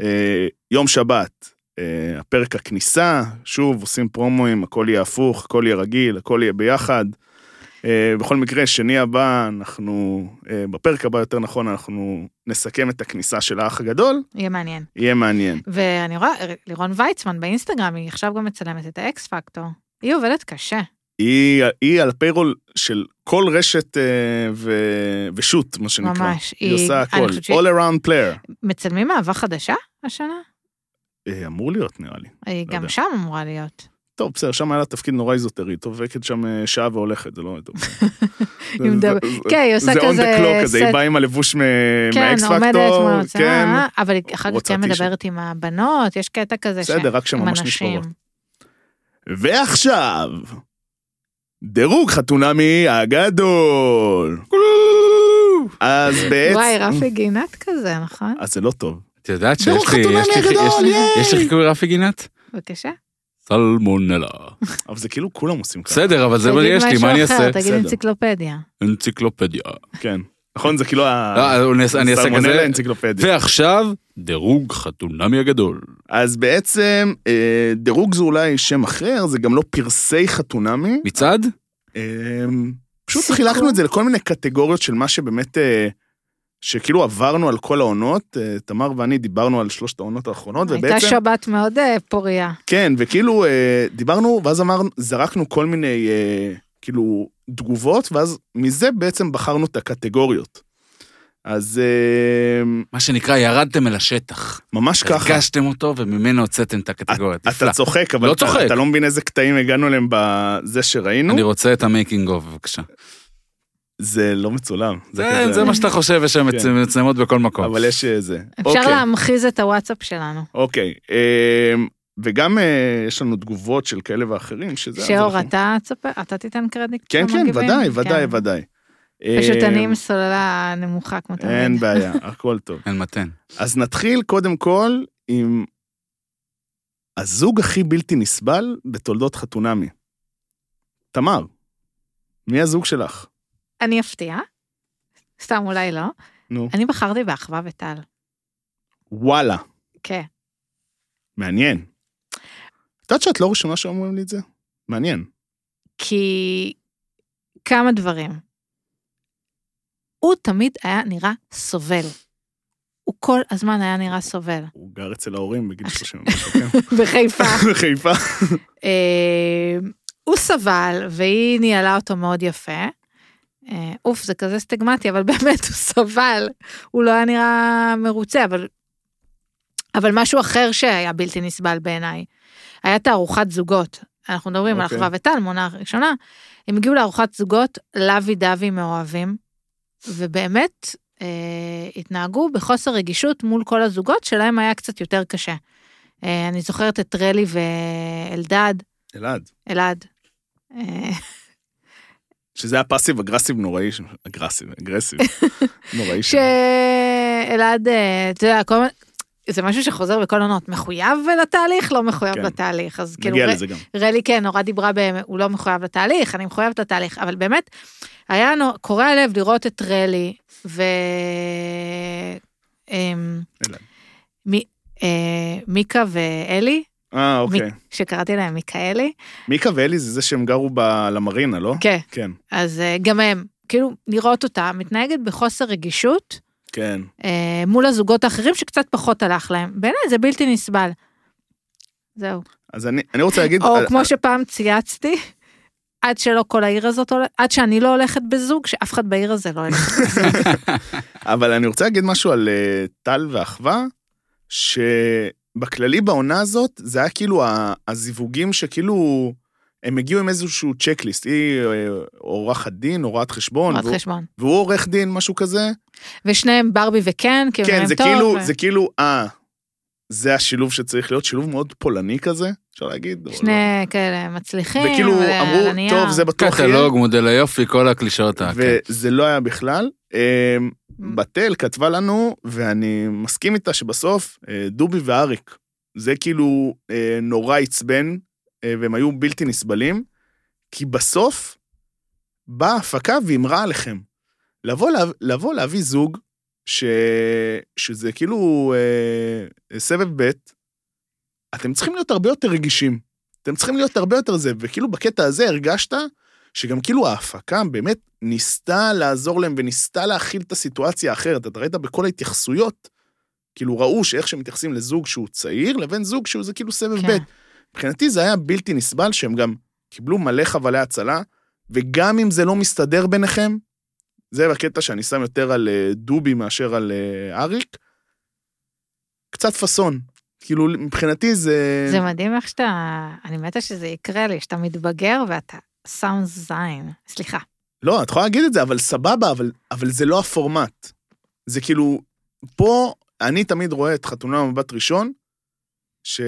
Speaker 1: אה, יום שבת, אה, הפרק הכניסה, שוב עושים פרומואים, הכל יהיה הפוך, הכל יהיה רגיל, הכל יהיה ביחד. אה, בכל מקרה, שני הבא, אנחנו, אה, בפרק הבא יותר נכון, אנחנו נסכם את הכניסה של האח הגדול,
Speaker 2: יהיה מעניין.
Speaker 1: יהיה מעניין.
Speaker 2: ואני רואה, אה, לירון ויצמן באינסטגרם, היא עכשיו גם מצלמת את האקס פקטור. היא עובדת קשה.
Speaker 1: היא, היא על פיירול של כל רשת אה, ו, ושות, מה שנקרא.
Speaker 2: ממש.
Speaker 1: היא עושה
Speaker 2: אני
Speaker 1: הכל,
Speaker 2: חושבת שהיא-
Speaker 1: all around player.
Speaker 2: מצלמים אהבה חדשה השנה?
Speaker 1: אה, אמור להיות, נראה לי.
Speaker 2: היא
Speaker 1: לא
Speaker 2: גם
Speaker 1: יודע.
Speaker 2: שם אמורה להיות.
Speaker 1: טוב, בסדר, שם היה לה תפקיד נורא איזוטרי, היא עובדת שם אה, שעה והולכת, זה לא טוב.
Speaker 2: היא מדברת- כן, היא עושה
Speaker 1: זה on
Speaker 2: כזה
Speaker 1: the clock כזה, היא
Speaker 2: סט-
Speaker 1: באה עם הלבוש
Speaker 2: כן,
Speaker 1: מהאקס
Speaker 2: עומדת
Speaker 1: פקטור,
Speaker 2: מול המצלמה,
Speaker 1: כן,
Speaker 2: אבל היא אחר כך
Speaker 1: רוצה
Speaker 2: גם
Speaker 1: טישרט.
Speaker 2: מדברת עם הבנות, יש קטע כזה ש-
Speaker 1: בסדר, רק
Speaker 2: עם
Speaker 1: שממש
Speaker 2: אנשים.
Speaker 1: נשברות. ועכשיו, דירוג חתונמי הגדול. אז
Speaker 2: וואי,
Speaker 1: בעצם,
Speaker 2: רפי גינת כזה, נכון?
Speaker 1: אז זה לא טוב.
Speaker 3: את יודעת שיש
Speaker 1: דירוג
Speaker 3: לי,
Speaker 1: חתונמי
Speaker 3: יש לי-
Speaker 1: הגדול,
Speaker 3: יש לי-
Speaker 1: ייי!
Speaker 3: יש לך קוראים רפי גינת?
Speaker 2: בבקשה.
Speaker 3: סלמונלה.
Speaker 1: אבל זה כאילו כולם עושים ככה.
Speaker 3: בסדר, אבל זה מה
Speaker 2: תגיד
Speaker 3: יש לי,
Speaker 2: משהו
Speaker 3: מה אני
Speaker 2: אחר,
Speaker 3: אעשה?
Speaker 2: תגיד
Speaker 1: בסדר.
Speaker 2: אנציקלופדיה.
Speaker 3: אנציקלופדיה.
Speaker 1: כן. נכון, זה כאילו ה...
Speaker 3: לא, אני אעשה- אני אעשה
Speaker 1: סלמונלה
Speaker 3: כזה.
Speaker 1: אנציקלופדיה.
Speaker 3: ועכשיו, דירוג חתונמי הגדול.
Speaker 1: אז בעצם, אה, דירוג זה אולי שם אחר, זה גם לא פרסי חתונמי.
Speaker 3: מצעד?
Speaker 1: אמ, פשוט
Speaker 2: סיכום.
Speaker 1: חילקנו את זה לכל מיני קטגוריות של מה שבאמת, אה, שכאילו עברנו על כל העונות, אה, תמר ואני דיברנו על שלושת העונות האחרונות,
Speaker 2: הייתה
Speaker 1: ובעצם,
Speaker 2: שבת מאוד אה, פוריה.
Speaker 1: כן, וכאילו אה, דיברנו, ואז אמרנו, זרקנו כל מיני, אה, כאילו, תגובות, ואז מזה בעצם בחרנו את הקטגוריות. אז אה,
Speaker 3: מה שנקרא, ירדתם אל השטח.
Speaker 1: ממש ככה.
Speaker 3: הרגשתם אותו וממנו הוצאתם את הקטגוריה. נפלא.
Speaker 1: אתה צוחק, אבל
Speaker 3: לא
Speaker 1: אתה-
Speaker 3: צוחק.
Speaker 1: אתה לא מבין איזה קטעים הגענו אליהם בזה שראינו.
Speaker 3: אני רוצה את המייקינג אוף, בבקשה.
Speaker 1: זה לא מצולם.
Speaker 3: זה-
Speaker 1: כזה-
Speaker 3: כן, זה מה שאתה חושב, יש שם
Speaker 1: כן.
Speaker 3: מצלמות בכל מקום.
Speaker 1: אבל יש אה, זה.
Speaker 2: אפשר
Speaker 1: אוקיי.
Speaker 2: להמחיז את הוואטסאפ שלנו.
Speaker 1: אוקיי, אמ, וגם אה, יש לנו תגובות של כאלה ואחרים, שזה... אז
Speaker 2: שאור,
Speaker 1: אנחנו-
Speaker 2: אתה תספר, אתה תיתן קרדיט
Speaker 1: כן, כן,
Speaker 2: למגיבים?
Speaker 1: ודאי, ודאי,
Speaker 2: כן.
Speaker 1: ודאי.
Speaker 2: פשוט אני
Speaker 1: אמ,
Speaker 2: עם סוללה נמוכה כמו
Speaker 1: אין
Speaker 2: תמיד.
Speaker 1: בעיה, הכל טוב.
Speaker 3: אין מתן.
Speaker 1: אז נתחיל קודם כל עם הזוג הכי בלתי נסבל בתולדות חתונמי. תמר, מי הזוג שלך?
Speaker 2: אני אפתיע, סתם אולי לא.
Speaker 1: נו.
Speaker 2: אני בחרתי באחווה וטל.
Speaker 1: וואלה,
Speaker 2: כן.
Speaker 1: מעניין. את יודעת שאת לא ראשונה שאומרים לי את זה? מעניין.
Speaker 2: כי כמה דברים. הוא תמיד היה נראה סובל. הוא כל הזמן היה נראה סובל.
Speaker 1: הוא גר אצל ההורים בגיל 30 ומשהו, כן?
Speaker 2: בחיפה.
Speaker 1: חיפה.
Speaker 2: אה, הוא סבל, והיא ניהלה אותו מאוד יפה. אה, אוף, זה כזה סטיגמטי, אבל באמת הוא סבל. הוא לא היה נראה מרוצה, אבל... אבל משהו אחר שהיה בלתי נסבל בעיניי, היה תערוכת זוגות. אנחנו מדברים על
Speaker 1: אוקיי.
Speaker 2: אחווה וטל, מונה ראשונה. הם הגיעו לארוחת זוגות, לוי דווי מאוהבים, ובאמת אה, התנהגו בחוסר רגישות מול כל הזוגות שלהם היה קצת יותר קשה. אה, אני זוכרת את רלי ואלדד,
Speaker 1: אלעד.
Speaker 2: אלעד. אה,
Speaker 1: שזה היה פאסיב אגרסיב נוראי, ש- אגרסיב, אגרסיב, נוראי. ש...
Speaker 2: שאלעד, אה, אתה יודע, כל הזמן, זה משהו שחוזר בכל עונות, מחויב לתהליך, לא מחויב
Speaker 1: כן.
Speaker 2: לתהליך, אז כאילו,
Speaker 1: נגיע
Speaker 2: ר-
Speaker 1: לזה גם.
Speaker 2: רלי כן, נורא דיברה בהם, הוא לא מחויב לתהליך, אני מחויבת לתהליך, אבל באמת, היה נו- קורע לב לראות את רלי, ו... אמ,
Speaker 1: אלן.
Speaker 2: מי- אה, מיקה ואלי,
Speaker 1: אה, אוקיי.
Speaker 2: מי- שקראתי להם מיקאלי,
Speaker 1: מיקה ואלי זה זה שהם גרו ב- למרינה, לא?
Speaker 2: כן,
Speaker 1: כן.
Speaker 2: אז אה, גם הם, כאילו, לראות אותה מתנהגת בחוסר רגישות
Speaker 1: כן.
Speaker 2: אה, מול הזוגות האחרים שקצת פחות הלך להם. בעיניי זה בלתי נסבל. זהו.
Speaker 1: אז אני אני רוצה להגיד...
Speaker 2: או
Speaker 1: על-
Speaker 2: כמו שפעם צייצתי, עד שלא כל העיר הזאת הולכת, עד שאני לא הולכת בזוג, שאף אחד בעיר הזה לא
Speaker 1: נכון,
Speaker 2: הולך.
Speaker 1: אבל אני רוצה להגיד משהו על אה, טל ואחווה, שבכללי בעונה הזאת זה היה כאילו ה- הזיווגים שכאילו הם הגיעו עם איזשהו צ'קליסט, היא אה, עורכת דין, הוראת חשבון,
Speaker 2: עוד
Speaker 1: והוא-
Speaker 2: חשבון.
Speaker 1: והוא עורך דין, משהו כזה.
Speaker 2: ושניהם ברבי וקן, כאילו,
Speaker 1: כן,
Speaker 2: הם
Speaker 1: זה
Speaker 2: טוב,
Speaker 1: כאילו,
Speaker 2: ו-
Speaker 1: זה כאילו, אה, זה השילוב שצריך להיות, שילוב מאוד פולני כזה, אפשר להגיד. או לא.
Speaker 2: שני כאלה מצליחים,
Speaker 1: וכאילו
Speaker 2: ועל
Speaker 1: אמרו,
Speaker 2: הנייר.
Speaker 1: טוב, זה בטוח יהיה,
Speaker 3: קטלוג, מודל היופי, כל הקלישאות. ה- כן.
Speaker 1: וזה לא היה בכלל. אה, בתל כתבה לנו, ואני מסכים איתה שבסוף אה, דובי ואריק, זה כאילו אה, נורא עצבן, אה, והם היו בלתי נסבלים, כי בסוף באה ההפקה והימרה עליכם. לבוא, לה, לבוא להביא זוג, ש, שזה כאילו אה, סבב ב', אתם צריכים להיות הרבה יותר רגישים. אתם צריכים להיות הרבה יותר זה, וכאילו בקטע הזה הרגשת שגם כאילו ההפקה באמת ניסתה לעזור להם וניסתה להכיל את הסיטואציה האחרת. אתה ראית בכל ההתייחסויות, כאילו ראו שאיך שמתייחסים לזוג שהוא צעיר, לבין זוג שהוא זה כאילו סבב
Speaker 2: כן.
Speaker 1: ב'. מבחינתי זה היה בלתי נסבל שהם גם קיבלו מלא חבלי הצלה, וגם אם זה לא מסתדר ביניכם, זה הקטע שאני שם יותר על אה, דובי מאשר על אה, אריק, קצת פאסון. כאילו, מבחינתי זה...
Speaker 2: זה מדהים איך שאתה, אני מתה שזה יקרה לי, שאתה מתבגר ואתה שם זין. סליחה.
Speaker 1: לא, את יכולה להגיד את זה, אבל סבבה, אבל, אבל זה לא הפורמט. זה כאילו, פה אני תמיד רואה את חתונה במבט ראשון, שלא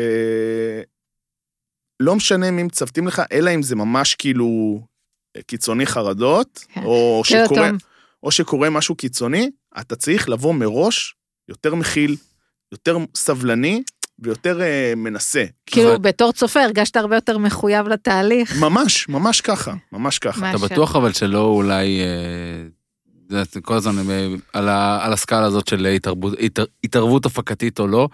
Speaker 1: לא משנה מי מצוותים לך, אלא אם זה ממש כאילו קיצוני חרדות,
Speaker 2: כן.
Speaker 1: או
Speaker 2: כאילו,
Speaker 1: שקורה,
Speaker 2: טוב,
Speaker 1: או שקורה משהו קיצוני, אתה צריך לבוא מראש יותר מכיל, יותר סבלני ויותר אה, מנסה.
Speaker 2: כאילו, בתור צופה הרגשת הרבה יותר מחויב לתהליך.
Speaker 1: ממש, ממש ככה, ממש ככה.
Speaker 3: אתה
Speaker 2: מאשר.
Speaker 3: בטוח אבל שלא אולי... אה, זה- זה כל הזמן אה, על, ה, על הסקאלה הזאת של התערבות, התער, התערבות הפקתית או לא,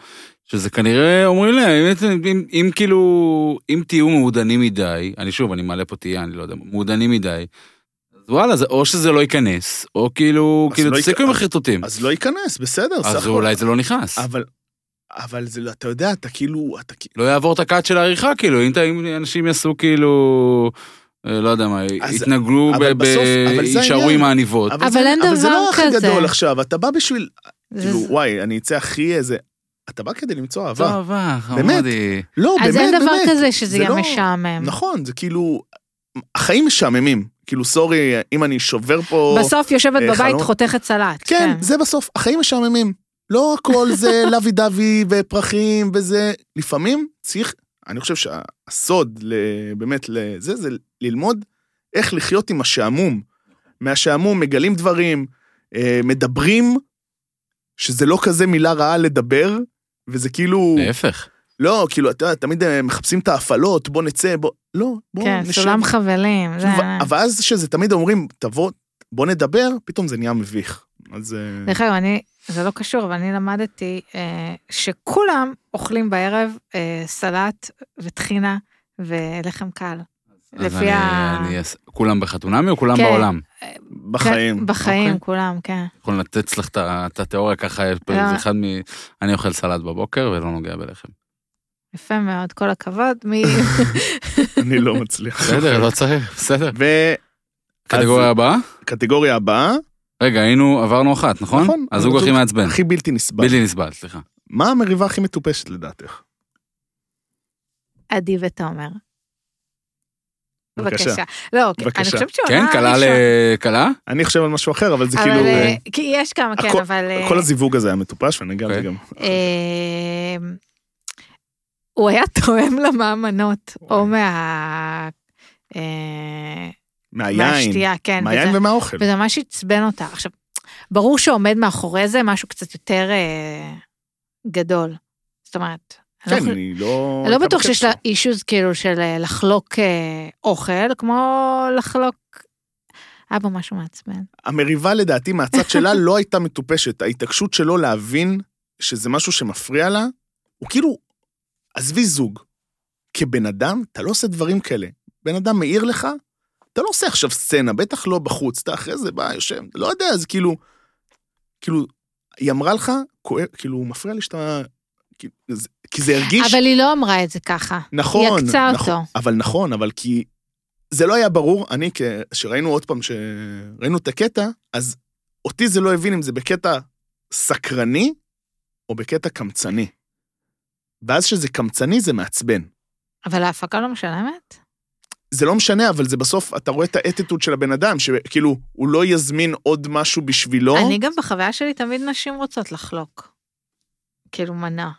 Speaker 3: שזה כנראה אומרים להם, אם, אם, אם כאילו, אם תהיו מעודנים מדי, אני שוב, אני מעלה פה תהייה, אני לא יודע, מעודנים מדי, אז וואלה, זה, או שזה לא ייכנס, או כאילו,
Speaker 1: אז
Speaker 3: כאילו,
Speaker 1: לא
Speaker 3: תפסיקו
Speaker 1: ייכ-
Speaker 3: עם החרטוטים.
Speaker 1: אז לא ייכנס, בסדר, סך
Speaker 3: אז
Speaker 1: הכל.
Speaker 3: אולי זה לא נכנס.
Speaker 1: אבל, אבל זה, לא- אתה יודע, אתה כאילו, אתה כאילו,
Speaker 3: לא יעבור את הקאט של העריכה, כאילו, אם ת- אם אנשים יעשו כאילו, אה, לא יודע מה,
Speaker 1: אז-
Speaker 3: יתנגלו,
Speaker 1: אבל
Speaker 3: ב-
Speaker 1: בסוף-
Speaker 3: ב-
Speaker 1: אבל זה
Speaker 3: יישארו
Speaker 1: העניין.
Speaker 3: עם העניבות.
Speaker 2: אבל
Speaker 1: זה-
Speaker 2: אין
Speaker 1: אבל זה
Speaker 2: דבר
Speaker 1: לא אח
Speaker 2: כזה.
Speaker 1: הגדול עכשיו, אתה בא בשביל,
Speaker 2: זה-
Speaker 1: כאילו,
Speaker 2: זה-
Speaker 1: וואי, אני אצא הכי איזה, אתה בא כדי למצוא אהבה.
Speaker 3: אהבה,
Speaker 1: באמת.
Speaker 3: חמודי.
Speaker 1: לא, באמת,
Speaker 2: אז אין דבר
Speaker 1: באמת.
Speaker 2: כזה שזה
Speaker 1: זה
Speaker 2: יהיה
Speaker 1: לא-
Speaker 2: משעמם.
Speaker 1: נכון, זה כאילו, החיים משעממים. כאילו, סורי, אם אני שובר פה...
Speaker 2: בסוף יושבת
Speaker 1: אה,
Speaker 2: בבית
Speaker 1: חלום.
Speaker 2: חותכת סלט.
Speaker 1: כן, זה בסוף, החיים משעממים. לא הכל זה לוי דווי ופרחים וזה, לפעמים צריך, אני חושב שהסוד ל- באמת לזה, זה ללמוד איך לחיות עם השעמום. מהשעמום מגלים דברים, אה, מדברים, שזה לא כזה מילה רעה לדבר, וזה כאילו,
Speaker 3: להפך.
Speaker 1: לא, כאילו, אתה יודע, תמיד אה, מחפשים את ההפעלות, בוא נצא, בוא, לא, בוא
Speaker 2: כן,
Speaker 1: נשב.
Speaker 2: סולם חבלים. זה-
Speaker 1: ו- אבל אז שזה תמיד אומרים, תבוא, בוא נדבר, פתאום זה נהיה מביך. אז... אה,
Speaker 2: דרך אגב, אני, זה לא קשור, אבל אני למדתי אה, שכולם אוכלים בערב אה, סלט וטחינה ולחם קל.
Speaker 3: אז
Speaker 2: לפי
Speaker 3: אני-
Speaker 2: ה-
Speaker 3: אני אעשה- כולם בחתונמי או כולם
Speaker 2: כן.
Speaker 3: בעולם?
Speaker 1: בחיים.
Speaker 2: כן, בחיים,
Speaker 1: אוקיי.
Speaker 2: כולם, כן.
Speaker 3: יכול לתת לך את ה- את התיאוריה ככה,
Speaker 2: לא.
Speaker 3: זה אחד מ... אני אוכל סלט בבוקר ולא נוגע בלחם.
Speaker 2: יפה מאוד, כל הכבוד. מי...
Speaker 1: אני לא מצליח.
Speaker 3: בסדר, לא צריך, בסדר. קטגוריה
Speaker 1: וקטגוריה
Speaker 3: הבאה?
Speaker 1: הבאה,
Speaker 3: רגע, היינו, עברנו אחת, נכון?
Speaker 1: נכון.
Speaker 3: הזוג הכי
Speaker 1: הזוג-
Speaker 3: מעצבן.
Speaker 1: הכי בלתי נסבל.
Speaker 3: בלתי נסבל, סליחה.
Speaker 2: אה,
Speaker 1: מה המריבה הכי מטופשת לדעתך?
Speaker 2: עדי ותומר.
Speaker 1: בבקשה.
Speaker 2: בבקשה. לא, כי- אני
Speaker 1: בבקשה.
Speaker 2: חושבת
Speaker 3: כן,
Speaker 2: שהעונה
Speaker 3: קלה
Speaker 2: הראשונה-
Speaker 3: ל- קלה?
Speaker 1: אני חושב על משהו אחר, אבל זה
Speaker 2: אבל,
Speaker 1: כאילו...
Speaker 2: אה,
Speaker 1: אה,
Speaker 2: כי יש כמה, כן,
Speaker 1: הכל-
Speaker 2: אבל... אה,
Speaker 1: כל הזיווג הזה היה מטופש, ואני אגע על זה
Speaker 3: אוקיי.
Speaker 1: גם.
Speaker 2: אה, הוא היה תואם למאמנות, או מה... אה,
Speaker 1: מהיין.
Speaker 2: מהשתייה, כן.
Speaker 1: מהיין
Speaker 2: וזה-
Speaker 1: ומהאוכל.
Speaker 2: וזה ממש עצבן אותה. עכשיו, ברור שעומד מאחורי זה משהו קצת יותר אה, גדול. זאת אומרת, אני לא
Speaker 1: כן,
Speaker 2: חו-
Speaker 1: אני לא...
Speaker 2: אני לא בטוח שיש לה
Speaker 1: שלו.
Speaker 2: אישוז כאילו של אה, לחלוק אה, אוכל, כמו לחלוק... אבא משהו מעצבן.
Speaker 1: המריבה לדעתי מהצד שלה לא הייתה מטופשת. ההתעקשות שלו להבין שזה משהו שמפריע לה, הוא כאילו, עזבי זוג. כבן אדם, אתה לא עושה דברים כאלה. בן אדם מעיר לך, אתה לא עושה עכשיו סצנה, בטח לא בחוץ, אתה אחרי זה בא, יושב, לא יודע, זה כאילו, כאילו, היא אמרה לך, כואב, כאילו, מפריע לי שאתה... כאילו, זה- כי זה הרגיש...
Speaker 2: אבל היא לא אמרה את זה ככה.
Speaker 1: נכון,
Speaker 2: היא עקצה
Speaker 1: נכון,
Speaker 2: אותו.
Speaker 1: אבל נכון, אבל כי זה לא היה ברור, אני, כשראינו עוד פעם, שראינו את הקטע, אז אותי זה לא הבין אם זה בקטע סקרני או בקטע קמצני. ואז שזה קמצני זה מעצבן.
Speaker 2: אבל ההפקה לא משלמת?
Speaker 1: זה לא משנה, אבל זה בסוף, אתה רואה את האטיטוד של הבן אדם, שכאילו, הוא לא יזמין עוד משהו בשבילו.
Speaker 2: אני גם בחוויה שלי תמיד נשים רוצות לחלוק. כאילו מנה.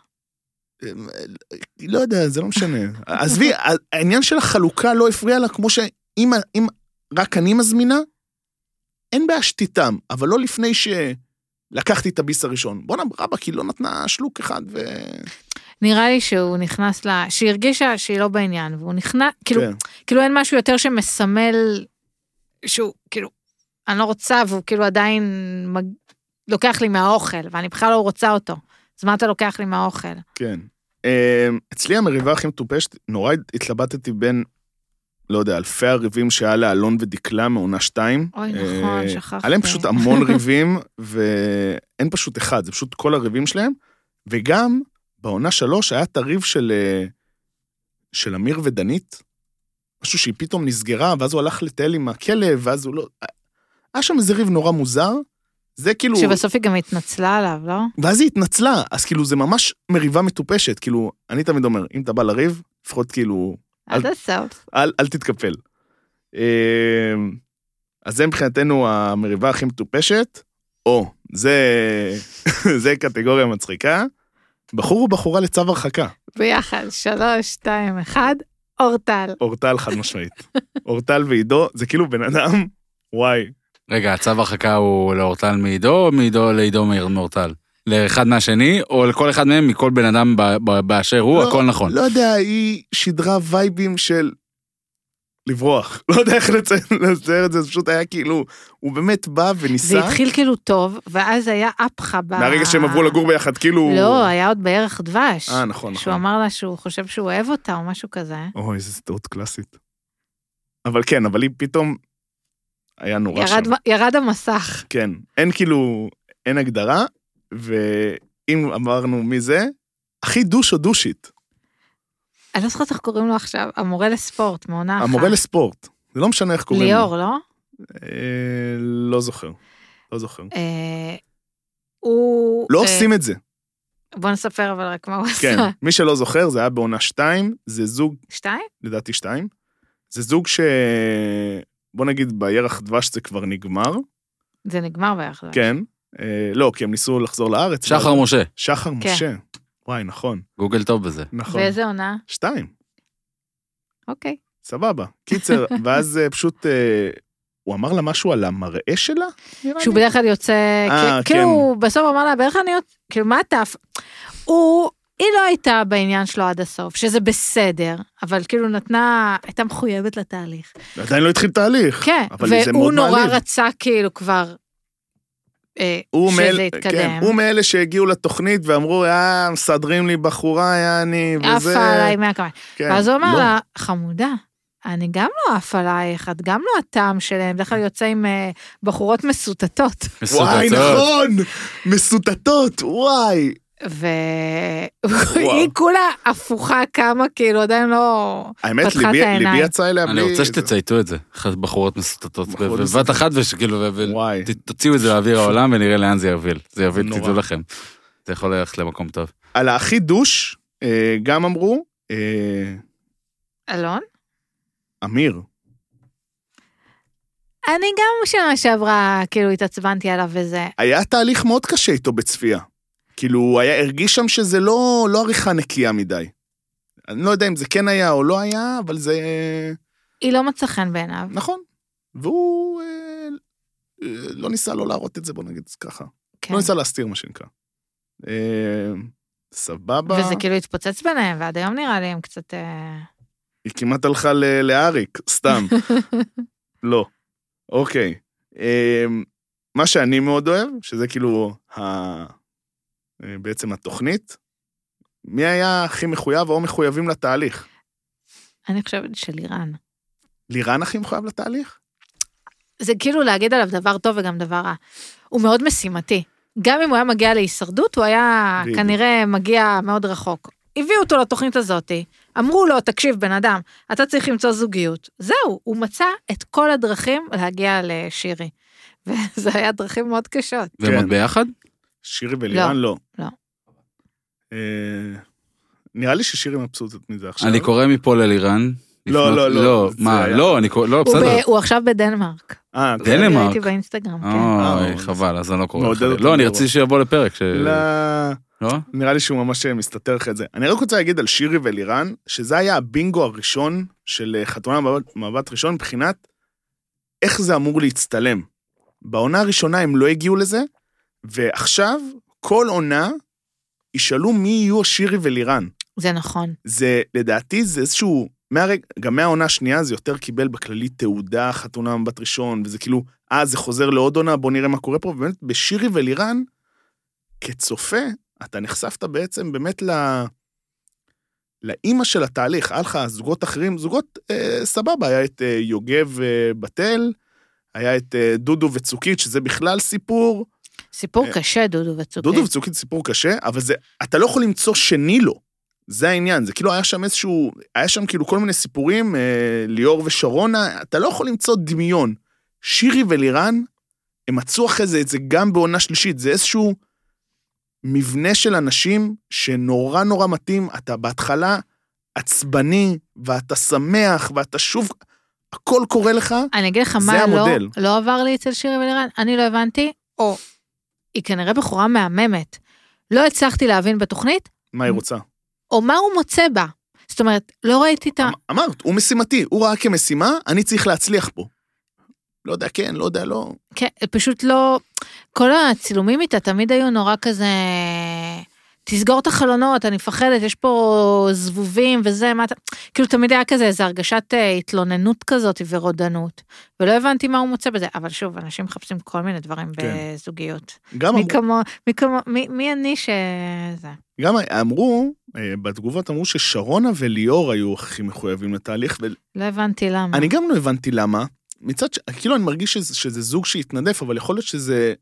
Speaker 1: לא יודע, זה לא משנה. עזבי, העניין של החלוקה לא הפריע לה, כמו שאם אם רק אני מזמינה, אין בעיה שתיתם, אבל לא לפני שלקחתי את הביס הראשון. בואנה רבאק, היא לא נתנה שלוק אחד ו...
Speaker 2: נראה לי שהוא נכנס ל... שהיא הרגישה שהיא לא בעניין, והוא נכנס, כאילו,
Speaker 1: כן.
Speaker 2: כאילו אין משהו יותר שמסמל שהוא, כאילו, אני לא רוצה, והוא כאילו עדיין מג... לוקח לי מהאוכל, ואני בכלל לא רוצה אותו. אז מה אתה לוקח לי מהאוכל?
Speaker 1: כן. אמ, אצלי המריבה הכי מטופשת, נורא התלבטתי בין, לא יודע, אלפי הריבים שהיה לאלון ודקלה מעונה 2.
Speaker 2: אוי, נכון, שכחתי.
Speaker 1: היה להם אה, פשוט המון ריבים, ואין פשוט אחד, זה פשוט כל הריבים שלהם. וגם בעונה שלוש היה את הריב של, אה, של אמיר ודנית, משהו שהיא פתאום נסגרה, ואז הוא הלך לטייל עם הכלב, ואז הוא לא... היה שם איזה ריב נורא מוזר, זה כאילו...
Speaker 2: שבסוף היא גם התנצלה עליו, לא?
Speaker 1: ואז היא התנצלה, אז כאילו זה ממש מריבה מטופשת, כאילו, אני תמיד אומר, אם אתה בא לריב, לפחות כאילו,
Speaker 2: עד הסוף.
Speaker 1: אל, אל תתקפל. אמ, אז זה מבחינתנו המריבה הכי מטופשת, או, זה, זה קטגוריה מצחיקה. בחור ובחורה לצו הרחקה,
Speaker 2: ביחד, שלוש, שתיים, אחד, אורטל.
Speaker 1: אורטל חד משמעית. אורטל ועידו, זה כאילו בן אדם, וואי,
Speaker 3: רגע, הצו הרחקה הוא לאורטל מעידו, או מעידו לעידו מאיר- מאורטל? לאחד מהשני, או לכל אחד מהם, מכל בן אדם ב- ב- באשר הוא,
Speaker 1: לא,
Speaker 3: הכל נכון.
Speaker 1: לא יודע, היא שידרה וייבים של לברוח. לא יודע איך לציין- לצייר את זה, זה פשוט היה כאילו, הוא באמת בא
Speaker 2: זה
Speaker 1: וניסה,
Speaker 2: התחיל כאילו טוב, ואז היה אפחה ב...
Speaker 1: מהרגע שהם עברו לגור ביחד, כאילו...
Speaker 2: לא, היה עוד בערך דבש.
Speaker 1: אה, נכון,
Speaker 2: שהוא
Speaker 1: נכון.
Speaker 2: אמר לה שהוא חושב שהוא אוהב אותה או משהו כזה.
Speaker 1: אוי, איזה טעות קלאסית. אבל כן, אבל היא פתאום... היה נורא שם.
Speaker 2: ירד, ירד המסך.
Speaker 1: כן. אין כאילו... אין הגדרה, ואם אמרנו מי זה, הכי דוש או דושית.
Speaker 2: אני לא זוכרת איך קוראים לו עכשיו, המורה לספורט, מעונה אחת.
Speaker 1: המורה לספורט. זה לא משנה איך קוראים לו.
Speaker 2: ליאור, לא?
Speaker 1: אה, לא זוכר. לא זוכר.
Speaker 2: אה, הוא...
Speaker 1: לא
Speaker 2: אה,
Speaker 1: עושים את זה.
Speaker 2: בוא נספר אבל רק מה הוא
Speaker 1: כן.
Speaker 2: עשה.
Speaker 1: מי שלא זוכר, זה היה בעונה 2, זה זוג,
Speaker 2: שתיים?
Speaker 1: לדעתי 2. זה זוג ש... בוא נגיד בירח דבש זה כבר נגמר.
Speaker 2: אה. זה נגמר בערך.
Speaker 1: כן. אה, לא, כי הם ניסו לחזור לארץ.
Speaker 3: שחר משה,
Speaker 1: שחר
Speaker 2: כן.
Speaker 1: משה. וואי, נכון,
Speaker 3: גוגל טוב בזה.
Speaker 1: נכון.
Speaker 2: באיזה עונה?
Speaker 1: שתיים,
Speaker 2: אוקיי.
Speaker 1: סבבה. קיצר, ואז אה, פשוט, אה, הוא אמר לה משהו על המראה שלה? נראה
Speaker 2: שהוא
Speaker 1: לי.
Speaker 2: בדרך כלל יוצא,
Speaker 1: אה,
Speaker 2: כי- כאילו
Speaker 1: כן.
Speaker 2: הוא בסוף אמר לה, בערך אני יוצא, כאילו מה אתה, אפ- הוא, היא לא הייתה בעניין שלו עד הסוף, שזה בסדר, אבל כאילו נתנה, הייתה מחויבת לתהליך.
Speaker 1: עדיין לא התחיל תהליך.
Speaker 2: כן,
Speaker 1: אבל זה
Speaker 2: והוא
Speaker 1: מאוד
Speaker 2: נורא
Speaker 1: מעליב.
Speaker 2: רצה כאילו כבר, אה,
Speaker 1: הוא
Speaker 2: שזה
Speaker 1: מאל- כן,
Speaker 2: יתקדם.
Speaker 1: הוא מאלה שהגיעו לתוכנית ואמרו, אה, מסדרים לי בחורה, יעני, וזה...
Speaker 2: עפה עליי מהקמיים.
Speaker 1: כן.
Speaker 2: ואז הוא אמר
Speaker 1: לא.
Speaker 2: לה, חמודה, אני גם לא עף עלייך, את גם לא הטעם שלהם, בדרך כלל יוצא עם אה, בחורות מסוטטות.
Speaker 1: וואי,
Speaker 3: מסודתות.
Speaker 1: נכון! מסוטטות, וואי.
Speaker 2: והיא כולה הפוכה כמה, כאילו עדיין לא...
Speaker 1: האמת,
Speaker 2: פתחה את
Speaker 1: ליבי
Speaker 2: העיניים.
Speaker 1: ליבי יצא אליה בלי...
Speaker 3: אני רוצה
Speaker 1: זה.
Speaker 3: שתצייתו את זה, אחת- בחורות מסוטטות, ב-
Speaker 1: בחורות
Speaker 3: בבת אחת, וכאילו, ו- ו-
Speaker 1: וואי.
Speaker 3: ת- תוציאו את זה לאוויר העולם ונראה לאן זה יוביל. זה יוביל,
Speaker 1: נורא.
Speaker 3: תדעו לכם. זה יכול ללכת למקום טוב.
Speaker 1: על הכי דוש, אה, גם אמרו, אה,
Speaker 2: אלון?
Speaker 1: אמיר.
Speaker 2: אני גם שנה שעברה, כאילו, התעצבנתי עליו וזה.
Speaker 1: היה תהליך מאוד קשה איתו בצפייה. כאילו, הוא היה, הרגיש שם שזה לא, לא עריכה נקייה מדי. אני לא יודע אם זה כן היה או לא היה, אבל זה...
Speaker 2: היא לא מצא חן בעיניו.
Speaker 1: נכון. והוא אה, אה, לא ניסה לא להראות את זה, בוא נגיד ככה.
Speaker 2: כן.
Speaker 1: לא ניסה להסתיר, מה שנקרא. אה, סבבה.
Speaker 2: וזה כאילו התפוצץ ביניהם, ועד היום נראה לי הם קצת... אה,
Speaker 1: היא כמעט הלכה ל- לאריק, סתם. לא. אוקיי. אמ, מה שאני מאוד אוהב, שזה כאילו ה... אה, בעצם התוכנית, מי היה הכי מחויב או מחויבים לתהליך?
Speaker 2: אני חושבת שלירן.
Speaker 1: לירן הכי מחויב לתהליך?
Speaker 2: זה כאילו להגיד עליו דבר טוב וגם דבר רע. הוא מאוד משימתי. גם אם הוא היה מגיע להישרדות, הוא היה
Speaker 1: בדיוק.
Speaker 2: כנראה מגיע מאוד רחוק. הביאו אותו לתוכנית הזאתי, אמרו לו, תקשיב, בן אדם, אתה צריך למצוא זוגיות. זהו, הוא מצא את כל הדרכים להגיע לשירי. וזה היה דרכים מאוד קשות.
Speaker 3: והם עוד
Speaker 1: כן.
Speaker 3: ביחד?
Speaker 1: שירי ולירן לא.
Speaker 2: לא.
Speaker 1: אה, נראה לי ששירי מבסוטת מזה עכשיו.
Speaker 3: אני קורא מפה ללירן.
Speaker 1: לא,
Speaker 3: לפנות-
Speaker 1: לא, לא,
Speaker 3: לא,
Speaker 1: זה
Speaker 3: מה,
Speaker 1: היה-
Speaker 3: לא, אני קורא, לא,
Speaker 2: הוא,
Speaker 3: בסדר.
Speaker 2: ב, הוא עכשיו בדנמרק.
Speaker 1: אה, כן.
Speaker 3: דנמרק?
Speaker 2: ראיתי באינסטגרם, כן.
Speaker 1: אה,
Speaker 3: אוי, חבל, אז אני לא קורא.
Speaker 1: מעודד
Speaker 3: לך.
Speaker 1: אותי
Speaker 3: לא, אני
Speaker 1: לראות.
Speaker 3: רציתי שיבוא לפרק. ש-
Speaker 1: לא,
Speaker 3: לא?
Speaker 1: נראה לי שהוא ממש אה, מסתתר לך את זה. אני רק רוצה להגיד על שירי ולירן, שזה היה הבינגו הראשון של אה, חתונה במבט- במבט ראשון מבחינת איך זה אמור להצטלם. בעונה הראשונה הם לא הגיעו לזה, ועכשיו כל עונה ישאלו מי יהיו שירי ולירן.
Speaker 2: זה נכון.
Speaker 1: זה, לדעתי, זה איזשהו... מהרג... גם מהעונה השנייה זה יותר קיבל בכללי תעודה, חתונה מבת ראשון, וזה כאילו, אה, זה חוזר לעוד עונה, בוא נראה מה קורה פה, ובאמת, בשירי ולירן, כצופה, אתה נחשפת בעצם באמת ל... לאימא של התהליך, היה לך זוגות אחרים, זוגות אה, סבבה, היה את אה, יוגב אה, בתל, היה את אה, דודו וצוקית, שזה בכלל סיפור.
Speaker 2: סיפור
Speaker 1: אה,
Speaker 2: קשה, דודו וצוקי.
Speaker 1: דודו וצוקית סיפור קשה, אבל זה, אתה לא יכול למצוא שני לו. זה העניין, זה כאילו היה שם איזשהו, היה שם כאילו כל מיני סיפורים, אה, ליאור ושרונה, אתה לא יכול למצוא דמיון. שירי ולירן, הם מצאו אחרי זה את זה גם בעונה שלישית, זה איזשהו מבנה של אנשים שנורא נורא מתאים, אתה בהתחלה עצבני, ואתה שמח, ואתה שוב, הכל קורה לך,
Speaker 2: אני אגיד לך
Speaker 1: זה
Speaker 2: מה לא,
Speaker 1: המודל.
Speaker 2: לא עבר לי אצל שירי ולירן, אני לא הבנתי, או היא כנראה בחורה מהממת. לא הצלחתי להבין בתוכנית,
Speaker 1: מה היא רוצה.
Speaker 2: או מה הוא מוצא בה. זאת אומרת, לא ראיתי את ה...
Speaker 1: אמ- אמרת, הוא משימתי, הוא ראה כמשימה, אני צריך להצליח פה. לא יודע כן, לא יודע לא.
Speaker 2: כן, פשוט לא... כל הצילומים איתה תמיד היו נורא כזה... תסגור את החלונות, אני מפחדת, יש פה זבובים וזה, מה אתה... כאילו תמיד היה כזה איזו הרגשת אה, התלוננות כזאת ורודנות. ולא הבנתי מה הוא מוצא בזה, אבל שוב, אנשים מחפשים כל מיני דברים
Speaker 1: כן.
Speaker 2: בזוגיות.
Speaker 1: גם
Speaker 2: מי
Speaker 1: אמרו,
Speaker 2: כמו, מי כמו, מי, מי אני ש... זה.
Speaker 1: גם אמרו, אה, בתגובות אמרו ששרונה וליאור היו הכי מחויבים לתהליך, ואני
Speaker 2: לא הבנתי למה.
Speaker 1: גם לא הבנתי למה. מצד ש... כאילו, אני מרגיש שזה, שזה זוג שהתנדף, אבל יכול להיות שזה,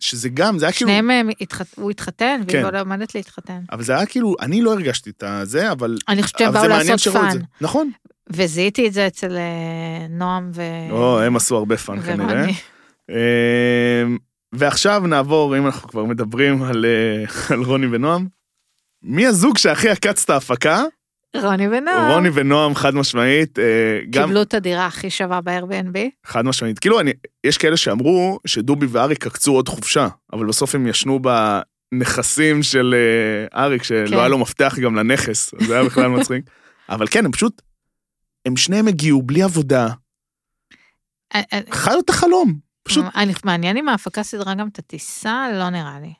Speaker 1: שזה גם, זה היה כאילו...
Speaker 2: שניהם מהם התחת... הוא התחתן, והיא
Speaker 1: כן.
Speaker 2: לא עומדת להתחתן.
Speaker 1: אבל זה היה כאילו, אני לא הרגשתי את הזה, אבל...
Speaker 2: אני חושבת שהם
Speaker 1: אבל זה
Speaker 2: באו
Speaker 1: מעניין
Speaker 2: לעשות
Speaker 1: שראו את
Speaker 2: פאן.
Speaker 1: זה. נכון.
Speaker 2: וזיהיתי את זה אצל אה, נועם ו...
Speaker 1: או, לא, הם עשו הרבה פאן כנראה.
Speaker 2: ורוני.
Speaker 1: אמ, ועכשיו נעבור, אם אנחנו כבר מדברים על, אה, על רוני ונועם, מי הזוג שהכי עקץ את ההפקה?
Speaker 2: רוני ונועם.
Speaker 1: רוני ונועם, חד משמעית. אה, גם
Speaker 2: אה. קיבלו את הדירה הכי שווה ב-Airbnb.
Speaker 1: חד משמעית. כאילו, אני, יש כאלה שאמרו שדובי ואריק עקצו עוד חופשה, אבל בסוף הם ישנו בנכסים של אה, אריק, שלא
Speaker 2: כן.
Speaker 1: היה לו מפתח גם לנכס, זה היה בכלל מצחיק. אבל כן, הם פשוט, הם שניהם הגיעו בלי עבודה,
Speaker 2: אה, אה,
Speaker 1: חיו את החלום, פשוט
Speaker 2: אני- מעניין אם ההפקה סידרה גם את הטיסה, לא נראה לי.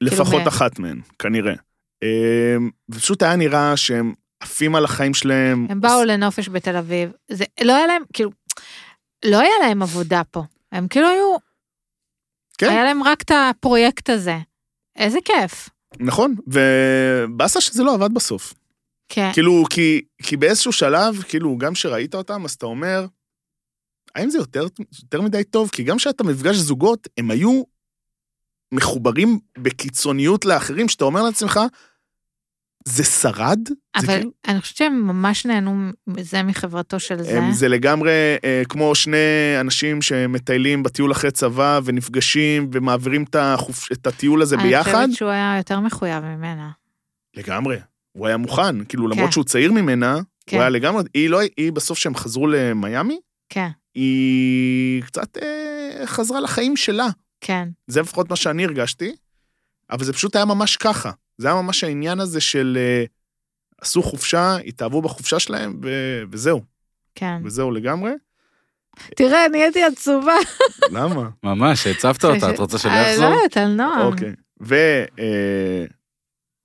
Speaker 1: לפחות
Speaker 2: מה-
Speaker 1: אחת מהן, כנראה. אמ, ופשוט היה נראה שהם עפים על החיים שלהם.
Speaker 2: הם באו לנופש בתל אביב, זה לא היה להם, כאילו, לא היה להם עבודה פה. הם כאילו היו,
Speaker 1: כן.
Speaker 2: היה להם רק את הפרויקט הזה. איזה כיף.
Speaker 1: נכון, ובאסה שזה לא עבד בסוף.
Speaker 2: כן.
Speaker 1: כאילו, כי, כי באיזשהו שלב, כאילו, גם שראית אותם, אז אתה אומר, האם זה יותר, יותר מדי טוב? כי גם כשאתה מפגש זוגות, הם היו מחוברים בקיצוניות לאחרים, שאתה אומר לעצמך, זה שרד? זה
Speaker 2: אבל
Speaker 1: כאילו-
Speaker 2: אני חושבת שהם ממש נהנו מזה מחברתו של זה.
Speaker 1: הם, זה לגמרי אה, כמו שני אנשים שמטיילים בטיול אחרי צבא ונפגשים ומעבירים את, החופ... את הטיול הזה
Speaker 2: אה, אני
Speaker 1: ביחד.
Speaker 2: חושבת שהוא היה יותר מחויב ממנה.
Speaker 1: לגמרי. הוא היה מוכן, כאילו, למרות
Speaker 2: כן.
Speaker 1: שהוא צעיר ממנה,
Speaker 2: כן.
Speaker 1: הוא היה לגמרי, היא לא, היא בסוף שהם חזרו למיאמי,
Speaker 2: כן,
Speaker 1: היא קצת אה, חזרה לחיים שלה.
Speaker 2: כן.
Speaker 1: זה לפחות מה שאני הרגשתי, אבל זה פשוט היה ממש ככה. זה היה ממש העניין הזה של אה, עשו חופשה, התאהבו בחופשה שלהם, ו- וזהו,
Speaker 2: כן.
Speaker 1: וזהו לגמרי.
Speaker 2: תראה, נהייתי עצובה.
Speaker 1: למה?
Speaker 2: אה,
Speaker 3: ממש, הצבת אותה, את רוצה שאני אחזור?
Speaker 2: לא יודעת, על נועם.
Speaker 1: אוקיי. ו... אוקיי. אה,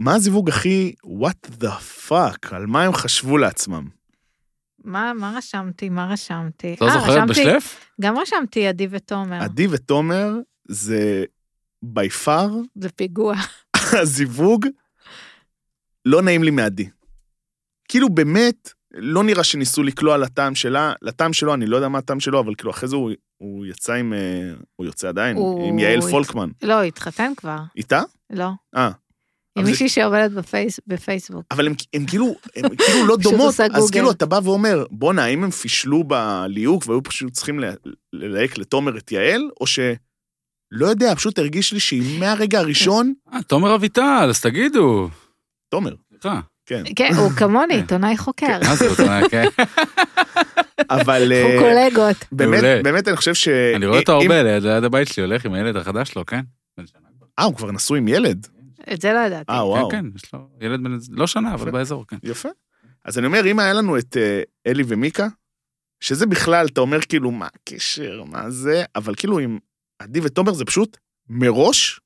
Speaker 1: מה הזיווג הכי what the fuck, על מה הם חשבו לעצמם?
Speaker 2: מה, מה רשמתי? מה רשמתי?
Speaker 3: לא
Speaker 2: אה,
Speaker 3: זוכרת
Speaker 2: רשמתי-
Speaker 3: בשלף?
Speaker 2: גם רשמתי עדי ותומר.
Speaker 1: עדי ותומר זה by far
Speaker 2: זה פיגוע.
Speaker 1: הזיווג, לא נעים לי מעדי. כאילו באמת, לא נראה שניסו לקלוע לטעם שלה, לטעם שלו, אני לא יודע מה הטעם שלו, אבל כאילו אחרי זה הוא, הוא יצא עם, אה, הוא יוצא עדיין,
Speaker 2: הוא-
Speaker 1: עם יעל
Speaker 2: הוא-
Speaker 1: פולקמן.
Speaker 2: לא, הוא התחתן כבר.
Speaker 1: איתה?
Speaker 2: לא.
Speaker 1: אה.
Speaker 2: עם
Speaker 1: אבל זה-
Speaker 2: מישהי שעובדת בפייס, בפייסבוק.
Speaker 1: אבל הם, הם כאילו, הם כאילו לא
Speaker 2: פשוט
Speaker 1: דומות,
Speaker 2: עושה
Speaker 1: אז
Speaker 2: גוגל.
Speaker 1: כאילו אתה בא ואומר, בואנה, האם הם פישלו בליהוק והיו פשוט צריכים ל- ללהק לתומר את יעל, או ש... לא יודע, פשוט הרגיש לי שהיא מהרגע הראשון,
Speaker 3: אה, תומר אביטל, אז תגידו.
Speaker 1: תומר,
Speaker 3: סליחה.
Speaker 1: כן.
Speaker 2: כן, הוא כמוני, עיתונאי חוקר.
Speaker 3: מה זה אותה, כן?
Speaker 1: אבל
Speaker 2: אנחנו
Speaker 1: אה,
Speaker 2: קולגות.
Speaker 1: באמת,
Speaker 3: מעולה.
Speaker 1: באמת אני חושב ש... אה,
Speaker 3: אני רואה אותו
Speaker 1: אם-
Speaker 3: הרבה ליד ליד הבית שלי, הולך עם הילד החדש שלו, כן? בן שנה.
Speaker 1: אה, הוא כבר נשוי עם ילד?
Speaker 2: את זה לא ידעתי.
Speaker 1: אה, וואו.
Speaker 3: כן, כן, יש לו ילד בן... לא שנה, אבל באזור, כן.
Speaker 1: יפה. אז אני אומר, אם היה לנו את אה, אלי ומיקה, שזה בכלל, אתה אומר כאילו, מה הקשר, מה זה, אבל כאילו עם עדי ותומר זה פשוט מראש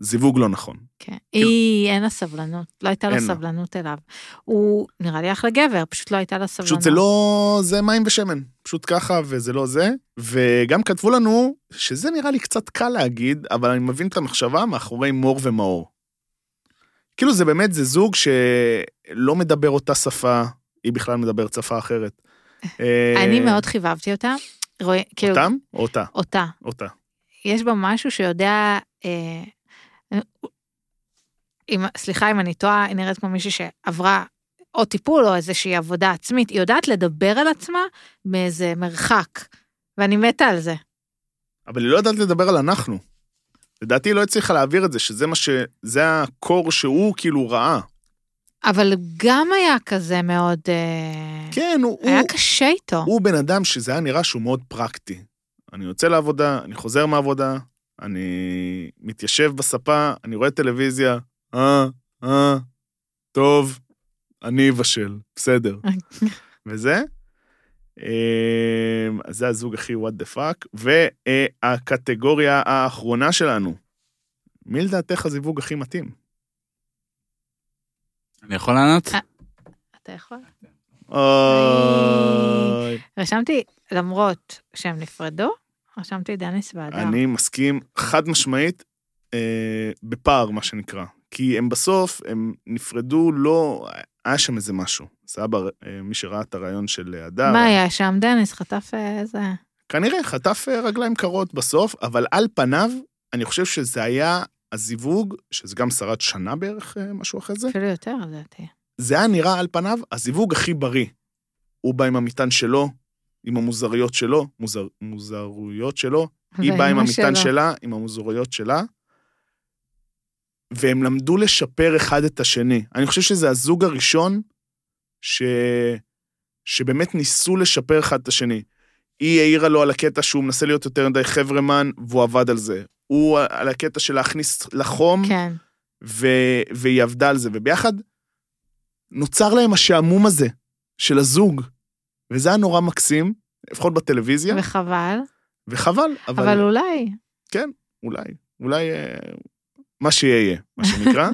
Speaker 1: זיווג לא נכון.
Speaker 2: כן. היא, אין לה סבלנות. לא הייתה לה
Speaker 1: אין לה.
Speaker 2: סבלנות אליו. הוא נראה לי אחלה גבר, פשוט לא הייתה לה סבלנות.
Speaker 1: פשוט זה לא, זה מים ושמן, פשוט ככה וזה לא זה. וגם כתבו לנו, שזה נראה לי קצת קל להגיד, אבל אני מבין את המחשבה מאחורי מור ומאור. כאילו זה באמת, זה זוג שלא מדבר אותה שפה, היא בכלל מדברת שפה אחרת. אה,
Speaker 2: אני מאוד חיבבתי אותה. רואה, כאילו,
Speaker 1: אותם? או אותה?
Speaker 2: אותה.
Speaker 1: אותה.
Speaker 2: יש בה משהו שיודע, אה, אם, סליחה אם אני טועה, היא נראית כמו מישהי שעברה או טיפול או איזושהי עבודה עצמית, היא יודעת לדבר על עצמה מאיזה מרחק, ואני מתה על זה.
Speaker 1: אבל היא לא יודעת לדבר על אנחנו. לדעתי היא לא הצליחה להעביר את זה, שזה מה ש... זה הקור שהוא כאילו ראה.
Speaker 2: אבל גם היה כזה מאוד, אה,
Speaker 1: כן, הוא...
Speaker 2: היה
Speaker 1: הוא-
Speaker 2: קשה איתו.
Speaker 1: הוא בן אדם שזה היה נראה שהוא מאוד פרקטי. אני יוצא לעבודה, אני חוזר מהעבודה, אני מתיישב בספה, אני רואה טלוויזיה, אה, אה, טוב, אני אבשל, בסדר. וזה, אה, אז זה הזוג הכי what the fuck, והקטגוריה האחרונה שלנו, מי לדעתך הזיווג הכי מתאים?
Speaker 3: אני יכול לענות?
Speaker 1: אה,
Speaker 2: אתה יכול?
Speaker 1: אוי,
Speaker 2: רשמתי, למרות שהם נפרדו, רשמתי דניס והדר.
Speaker 1: אני מסכים חד משמעית, אה, בפער, מה שנקרא. כי הם בסוף, הם נפרדו, לא... היה שם איזה משהו. סבא, אה, מי שראה את הרעיון של הדר,
Speaker 2: מה היה שם? דניס חטף אה, איזה...
Speaker 1: כן. כנראה חטף אה, רגליים קרות בסוף, אבל על פניו, אני חושב שזה היה הזיווג, שזה גם שרד שנה בערך, אה, משהו אחרי זה,
Speaker 2: אפילו יותר לדעתי.
Speaker 1: זה היה נראה על פניו הזיווג הכי בריא. הוא בא עם המטען שלו, עם המוזריות שלו, מוזר, מוזרויות שלו, היא באה עם
Speaker 2: ואימא
Speaker 1: המטען
Speaker 2: שלו.
Speaker 1: שלה, עם המוזרויות שלה, והם למדו לשפר אחד את השני. אני חושב שזה הזוג הראשון ש... שבאמת ניסו לשפר אחד את השני. היא העירה לו על הקטע שהוא מנסה להיות יותר מדי חברמן, והוא עבד על זה. הוא על הקטע של להכניס לחום,
Speaker 2: כן.
Speaker 1: ו... והיא עבדה על זה, וביחד נוצר להם השעמום הזה של הזוג, וזה היה נורא מקסים, לפחות בטלוויזיה,
Speaker 2: וחבל,
Speaker 1: וחבל,
Speaker 2: אבל, אבל אולי.
Speaker 1: אולי, אולי אה, מה שיהיה, מה שנקרא.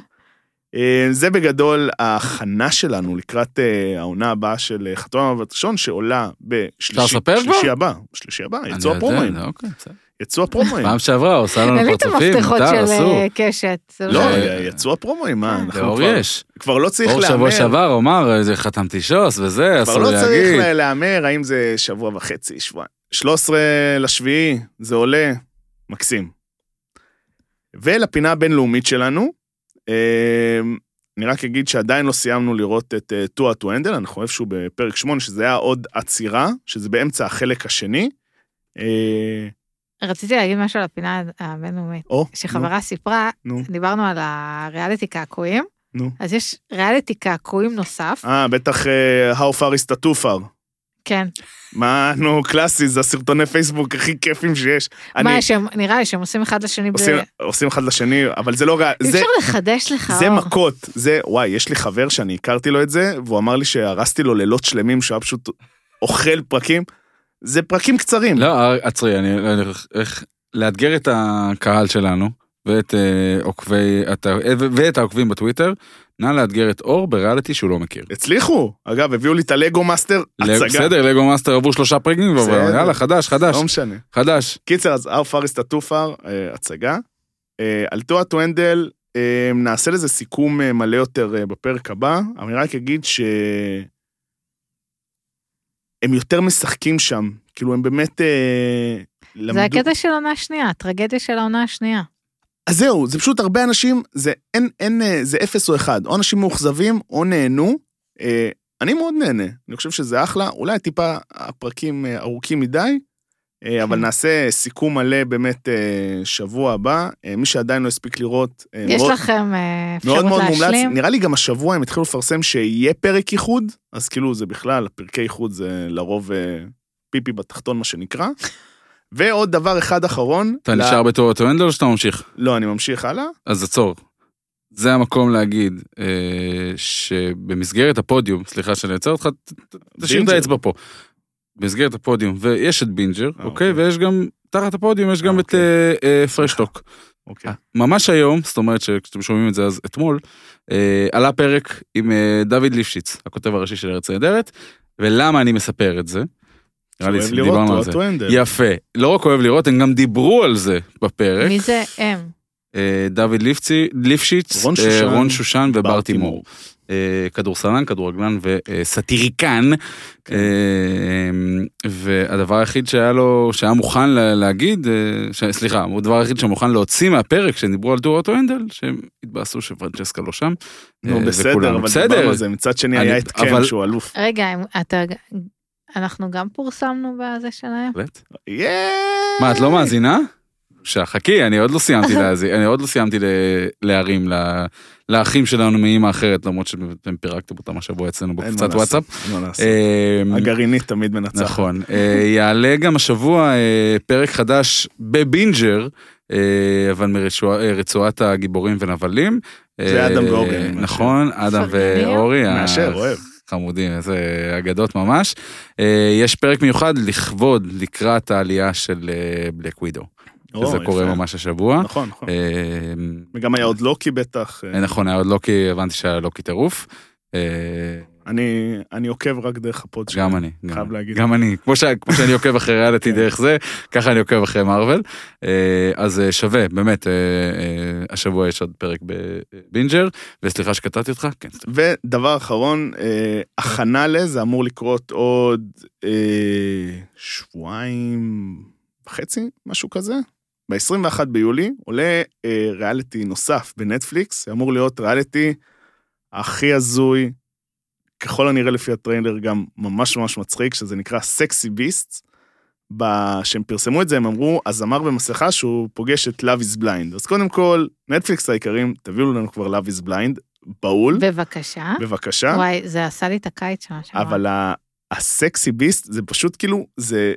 Speaker 1: אה, זה בגדול ההכנה שלנו לקראת אה, העונה הבאה של אה, חתום המבט ראשון, שעולה בשלישי
Speaker 3: אפשר לספר כבר?
Speaker 1: שלישי הבא, שלישי הבא,
Speaker 3: אני
Speaker 1: יצאו
Speaker 3: יודע,
Speaker 1: הפרומואים,
Speaker 3: אוקיי, בסדר.
Speaker 1: יצאו הפרומואים.
Speaker 3: פעם שעברה הוא עשה לנו
Speaker 2: העלית
Speaker 3: פרצופים,
Speaker 2: מפתחות
Speaker 3: מותר,
Speaker 2: של
Speaker 3: אסור.
Speaker 2: אה, קשת. זה
Speaker 1: לא,
Speaker 2: לא-
Speaker 3: אה,
Speaker 1: יצאו הפרומואים, מה,
Speaker 2: אה.
Speaker 1: אנחנו
Speaker 3: כן, לאור
Speaker 1: כבר-
Speaker 3: יש.
Speaker 1: כבר לא צריך
Speaker 3: אור
Speaker 1: להמר,
Speaker 3: שבוע שעבר הוא אמר, "אה, זה חתמתי שוס וזה,
Speaker 1: כבר
Speaker 3: אסור
Speaker 1: לא צריך
Speaker 3: להגיד.
Speaker 1: לה- להמר, האם זה שבוע וחצי, שבועיים. 13 לשביעי, זה עולה, מקסים. ולפינה הבינלאומית שלנו, אה, אני רק אגיד שעדיין לא סיימנו לראות את אה, טועה טו הנדל, אני חושב שהוא בפרק 8, שזה היה עוד עצירה, שזה באמצע החלק השני. אה,
Speaker 2: רציתי להגיד משהו על הפינה הבינלאומית.
Speaker 1: או,
Speaker 2: שחברה סיפרה,
Speaker 1: נו, נו.
Speaker 2: דיברנו על הריאליטי קעקועים,
Speaker 1: נו.
Speaker 2: אז יש ריאליטי קעקועים נוסף,
Speaker 1: אה, בטח אה, How far is the too far.
Speaker 2: כן,
Speaker 1: מה, נו, קלאסי, זה הסרטוני פייסבוק הכי כיפים שיש. אני-
Speaker 2: מה שהם, נראה לי שהם עושים אחד לשני, ב-
Speaker 1: עושים- עושים אחד לשני, אבל זה לא רע.
Speaker 2: אי
Speaker 1: זה-
Speaker 2: אפשר לחדש לך,
Speaker 1: זה
Speaker 2: אור.
Speaker 1: מכות, זה, וואי, יש לי חבר שאני הכרתי לו את זה, והוא אמר לי שהרסתי לו לילות שלמים, שהוא היה פשוט אוכל פרקים. זה פרקים קצרים.
Speaker 3: אה, לא, עצרי, אני... אני- איך- לאתגר את הקהל שלנו, ואת, אה, עוקבי, את, ה- אה, ו- ואת העוקבים בטוויטר, נא לאתגר את אור בריאליטי שהוא לא מכיר.
Speaker 1: הצליחו. אגב, הביאו לי את הלגו מאסטר,
Speaker 3: לג-
Speaker 1: הצגה.
Speaker 3: בסדר, לגו מאסטר עברו שלושה פרקים, כבר,
Speaker 1: בסדר.
Speaker 3: אבל יאללה, חדש, חדש,
Speaker 1: לא משנה.
Speaker 3: חדש.
Speaker 1: קיצר, אז How far is the too far, אה, הצגה. אה, על טועה טואנדל, אה, נעשה לזה סיכום אה, מלא יותר אה, בפרק הבא. אני רק אגיד ש... הם יותר משחקים שם. כאילו, הם באמת... אה, למדו...
Speaker 2: זה הקטע של העונה השנייה, הטרגדיה של העונה השנייה.
Speaker 1: אז זהו, זה פשוט הרבה אנשים, זה אין, אין, אה, זה אפס או אחד. או אנשים מאוכזבים, או נהנו. אה, אני מאוד נהנה, אני חושב שזה אחלה. אולי טיפה הפרקים אה, ארוכים מדי, אה, אבל
Speaker 2: כן.
Speaker 1: נעשה סיכום מלא באמת אה, שבוע הבא. אה, מי שעדיין לא הספיק לראות, אה,
Speaker 2: יש
Speaker 1: מאוד,
Speaker 2: לכם אה,
Speaker 1: מאוד
Speaker 2: אפשרות
Speaker 1: מאוד מומלץ.
Speaker 2: להשלים?
Speaker 1: נראה לי גם השבוע הם התחילו לפרסם שיהיה פרק איחוד, אז כאילו זה בכלל, פרקי איחוד זה לרוב אה, פיפי בתחתון, מה שנקרא. ועוד דבר אחד אחרון.
Speaker 3: אתה
Speaker 1: ל-
Speaker 3: נשאר בתור הטרנדל או שאתה ממשיך?
Speaker 1: לא, אני ממשיך הלאה.
Speaker 3: אז עצור. זה המקום להגיד אה, שבמסגרת הפודיום, סליחה שאני עוצר אותך, ת- ת- תשאיר את
Speaker 1: בינג'ר.
Speaker 3: האצבע פה. במסגרת הפודיום, ויש את בינג'ר,
Speaker 1: אה,
Speaker 3: אוקיי?
Speaker 1: אוקיי.
Speaker 3: ויש גם, תחת הפודיום יש גם
Speaker 1: אה,
Speaker 3: את
Speaker 1: אוקיי.
Speaker 3: אה, אה, פרשטוק. אה,
Speaker 1: אוקיי.
Speaker 3: ממש היום, זאת אומרת שכשאתם שומעים את זה אז אתמול, אה, עלה פרק עם אה, דוד ליפשיץ, הכותב הראשי של ארץ נהדרת, ולמה אני מספר את זה? נראה לי
Speaker 1: אוהב לראות
Speaker 3: דיברנו על
Speaker 1: אותו,
Speaker 3: זה.
Speaker 1: אותו הנדל.
Speaker 3: יפה, לא רק אוהב לראות, הם גם דיברו על זה בפרק.
Speaker 2: מי זה הם?
Speaker 3: אה, דוד ליפצי, ליפשיץ,
Speaker 1: רון
Speaker 3: אה,
Speaker 1: שושן,
Speaker 3: רון שושן ובר
Speaker 1: בר
Speaker 3: תימור.
Speaker 1: תימור.
Speaker 3: אה, כדורסלן, כדורגלן וסטיריקן.
Speaker 1: כן.
Speaker 3: והדבר היחיד שהיה לו, שהיה מוכן לה- להגיד, אה, ש- סליחה, הדבר היחיד שמוכן להוציא מהפרק, שדיברו על טורת הנדל, שהם התבאסו שפרנצ'סקה לא שם.
Speaker 1: נו,
Speaker 3: אה,
Speaker 1: בסדר,
Speaker 3: וכולנו.
Speaker 1: אבל
Speaker 3: בסדר.
Speaker 1: דיברנו על זה. מצד שני
Speaker 3: אני-
Speaker 1: היה את
Speaker 3: אבל-
Speaker 1: קן שהוא אלוף.
Speaker 2: רגע, הם- אתה... אנחנו גם פורסמנו בזה שלהם?
Speaker 3: בהחלט.
Speaker 1: ייי!
Speaker 3: מה, את לא מאזינה? בבקשה, חכי, אני עוד לא סיימתי להזי- אני עוד לא סיימתי ל- להרים ל- לאחים שלנו מאימא אחרת, למרות שאתם פירקתם אותם השבוע אצלנו
Speaker 1: אין מה לעשות,
Speaker 3: בקבוצת וואטסאפ.
Speaker 1: אין מה לעשות. אה,
Speaker 3: אמ,
Speaker 1: הגרעינית תמיד מנצחת.
Speaker 3: נכון. אה, יעלה גם השבוע אה, פרק חדש בבינג'ר, אה, אבל מרצועת הגיבורים ונבלים.
Speaker 1: זה
Speaker 3: אה,
Speaker 1: אדם ואורי, אני מאשר.
Speaker 3: נכון, אדם
Speaker 2: מפרגנים.
Speaker 3: ואורי. ה-
Speaker 1: מאשר, אה, אוהב.
Speaker 3: חמודים, איזה אגדות ממש. אה, יש פרק מיוחד לכבוד לקראת העלייה של אה, בלק ווידו.
Speaker 1: או,
Speaker 3: זה
Speaker 1: יפה.
Speaker 3: אה, קורה ממש השבוע.
Speaker 1: נכון, נכון.
Speaker 3: אה,
Speaker 1: וגם היה עוד לוקי בטח. אה,
Speaker 3: נכון, היה עוד לוקי, הבנתי שהיה לוקי טירוף. אה,
Speaker 1: אני אני עוקב רק דרך הפוד שלי.
Speaker 3: גם אני. גם
Speaker 1: חייב
Speaker 3: אני.
Speaker 1: להגיד.
Speaker 3: גם אני. כמו ש- כמו שאני עוקב אחרי ריאליטי
Speaker 1: כן.
Speaker 3: דרך זה, ככה אני עוקב אחרי מארוול. אה, אז אה, שווה, באמת, אה, אה, השבוע יש עוד פרק בבינג'ר, וסליחה שקטעתי אותך, כן. סתם.
Speaker 1: ודבר אחרון, אה, הכנה לזה אמור לקרות עוד אה, שבועיים וחצי, משהו כזה. ב-21 ביולי עולה אה, ריאליטי נוסף בנטפליקס, אמור להיות ריאליטי הכי הזוי, ככל הנראה לפי הטריילר גם ממש ממש מצחיק, שזה נקרא סקסי ביסט. כשהם פרסמו את זה הם אמרו, הזמר במסכה שהוא פוגש את Love is Blind. אז קודם כל, נטפליקס היקרים, תביאו לנו כבר Love is Blind, בהול.
Speaker 2: בבקשה.
Speaker 1: Hmm? בבקשה.
Speaker 2: אה? וואי, זה עשה לי את הקיץ שנה שעברה.
Speaker 1: אבל ה- הסקסי ביסט זה פשוט כאילו, זה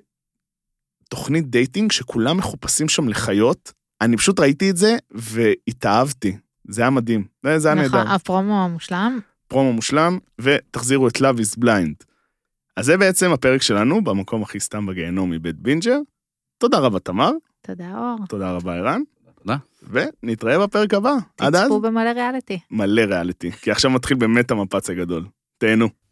Speaker 1: תוכנית דייטינג שכולם מחופשים שם לחיות. אני פשוט ראיתי את זה והתאהבתי. זה היה מדהים. אה, זה זה היה
Speaker 2: נכון,
Speaker 1: נהדר.
Speaker 2: הפרומו המושלם.
Speaker 1: פרומו מושלם, ותחזירו את Love is Blind. אז זה בעצם הפרק שלנו, במקום הכי סתם בגיהנום מבית בינג'ר. תודה רבה תמר,
Speaker 2: תודה אור.
Speaker 1: תודה רבה ערן.
Speaker 3: תודה.
Speaker 1: ונתראה בפרק הבא. עד אז,
Speaker 2: תצפו במלא ריאליטי.
Speaker 1: מלא ריאליטי, כי עכשיו מתחיל באמת המפץ הגדול. תהנו.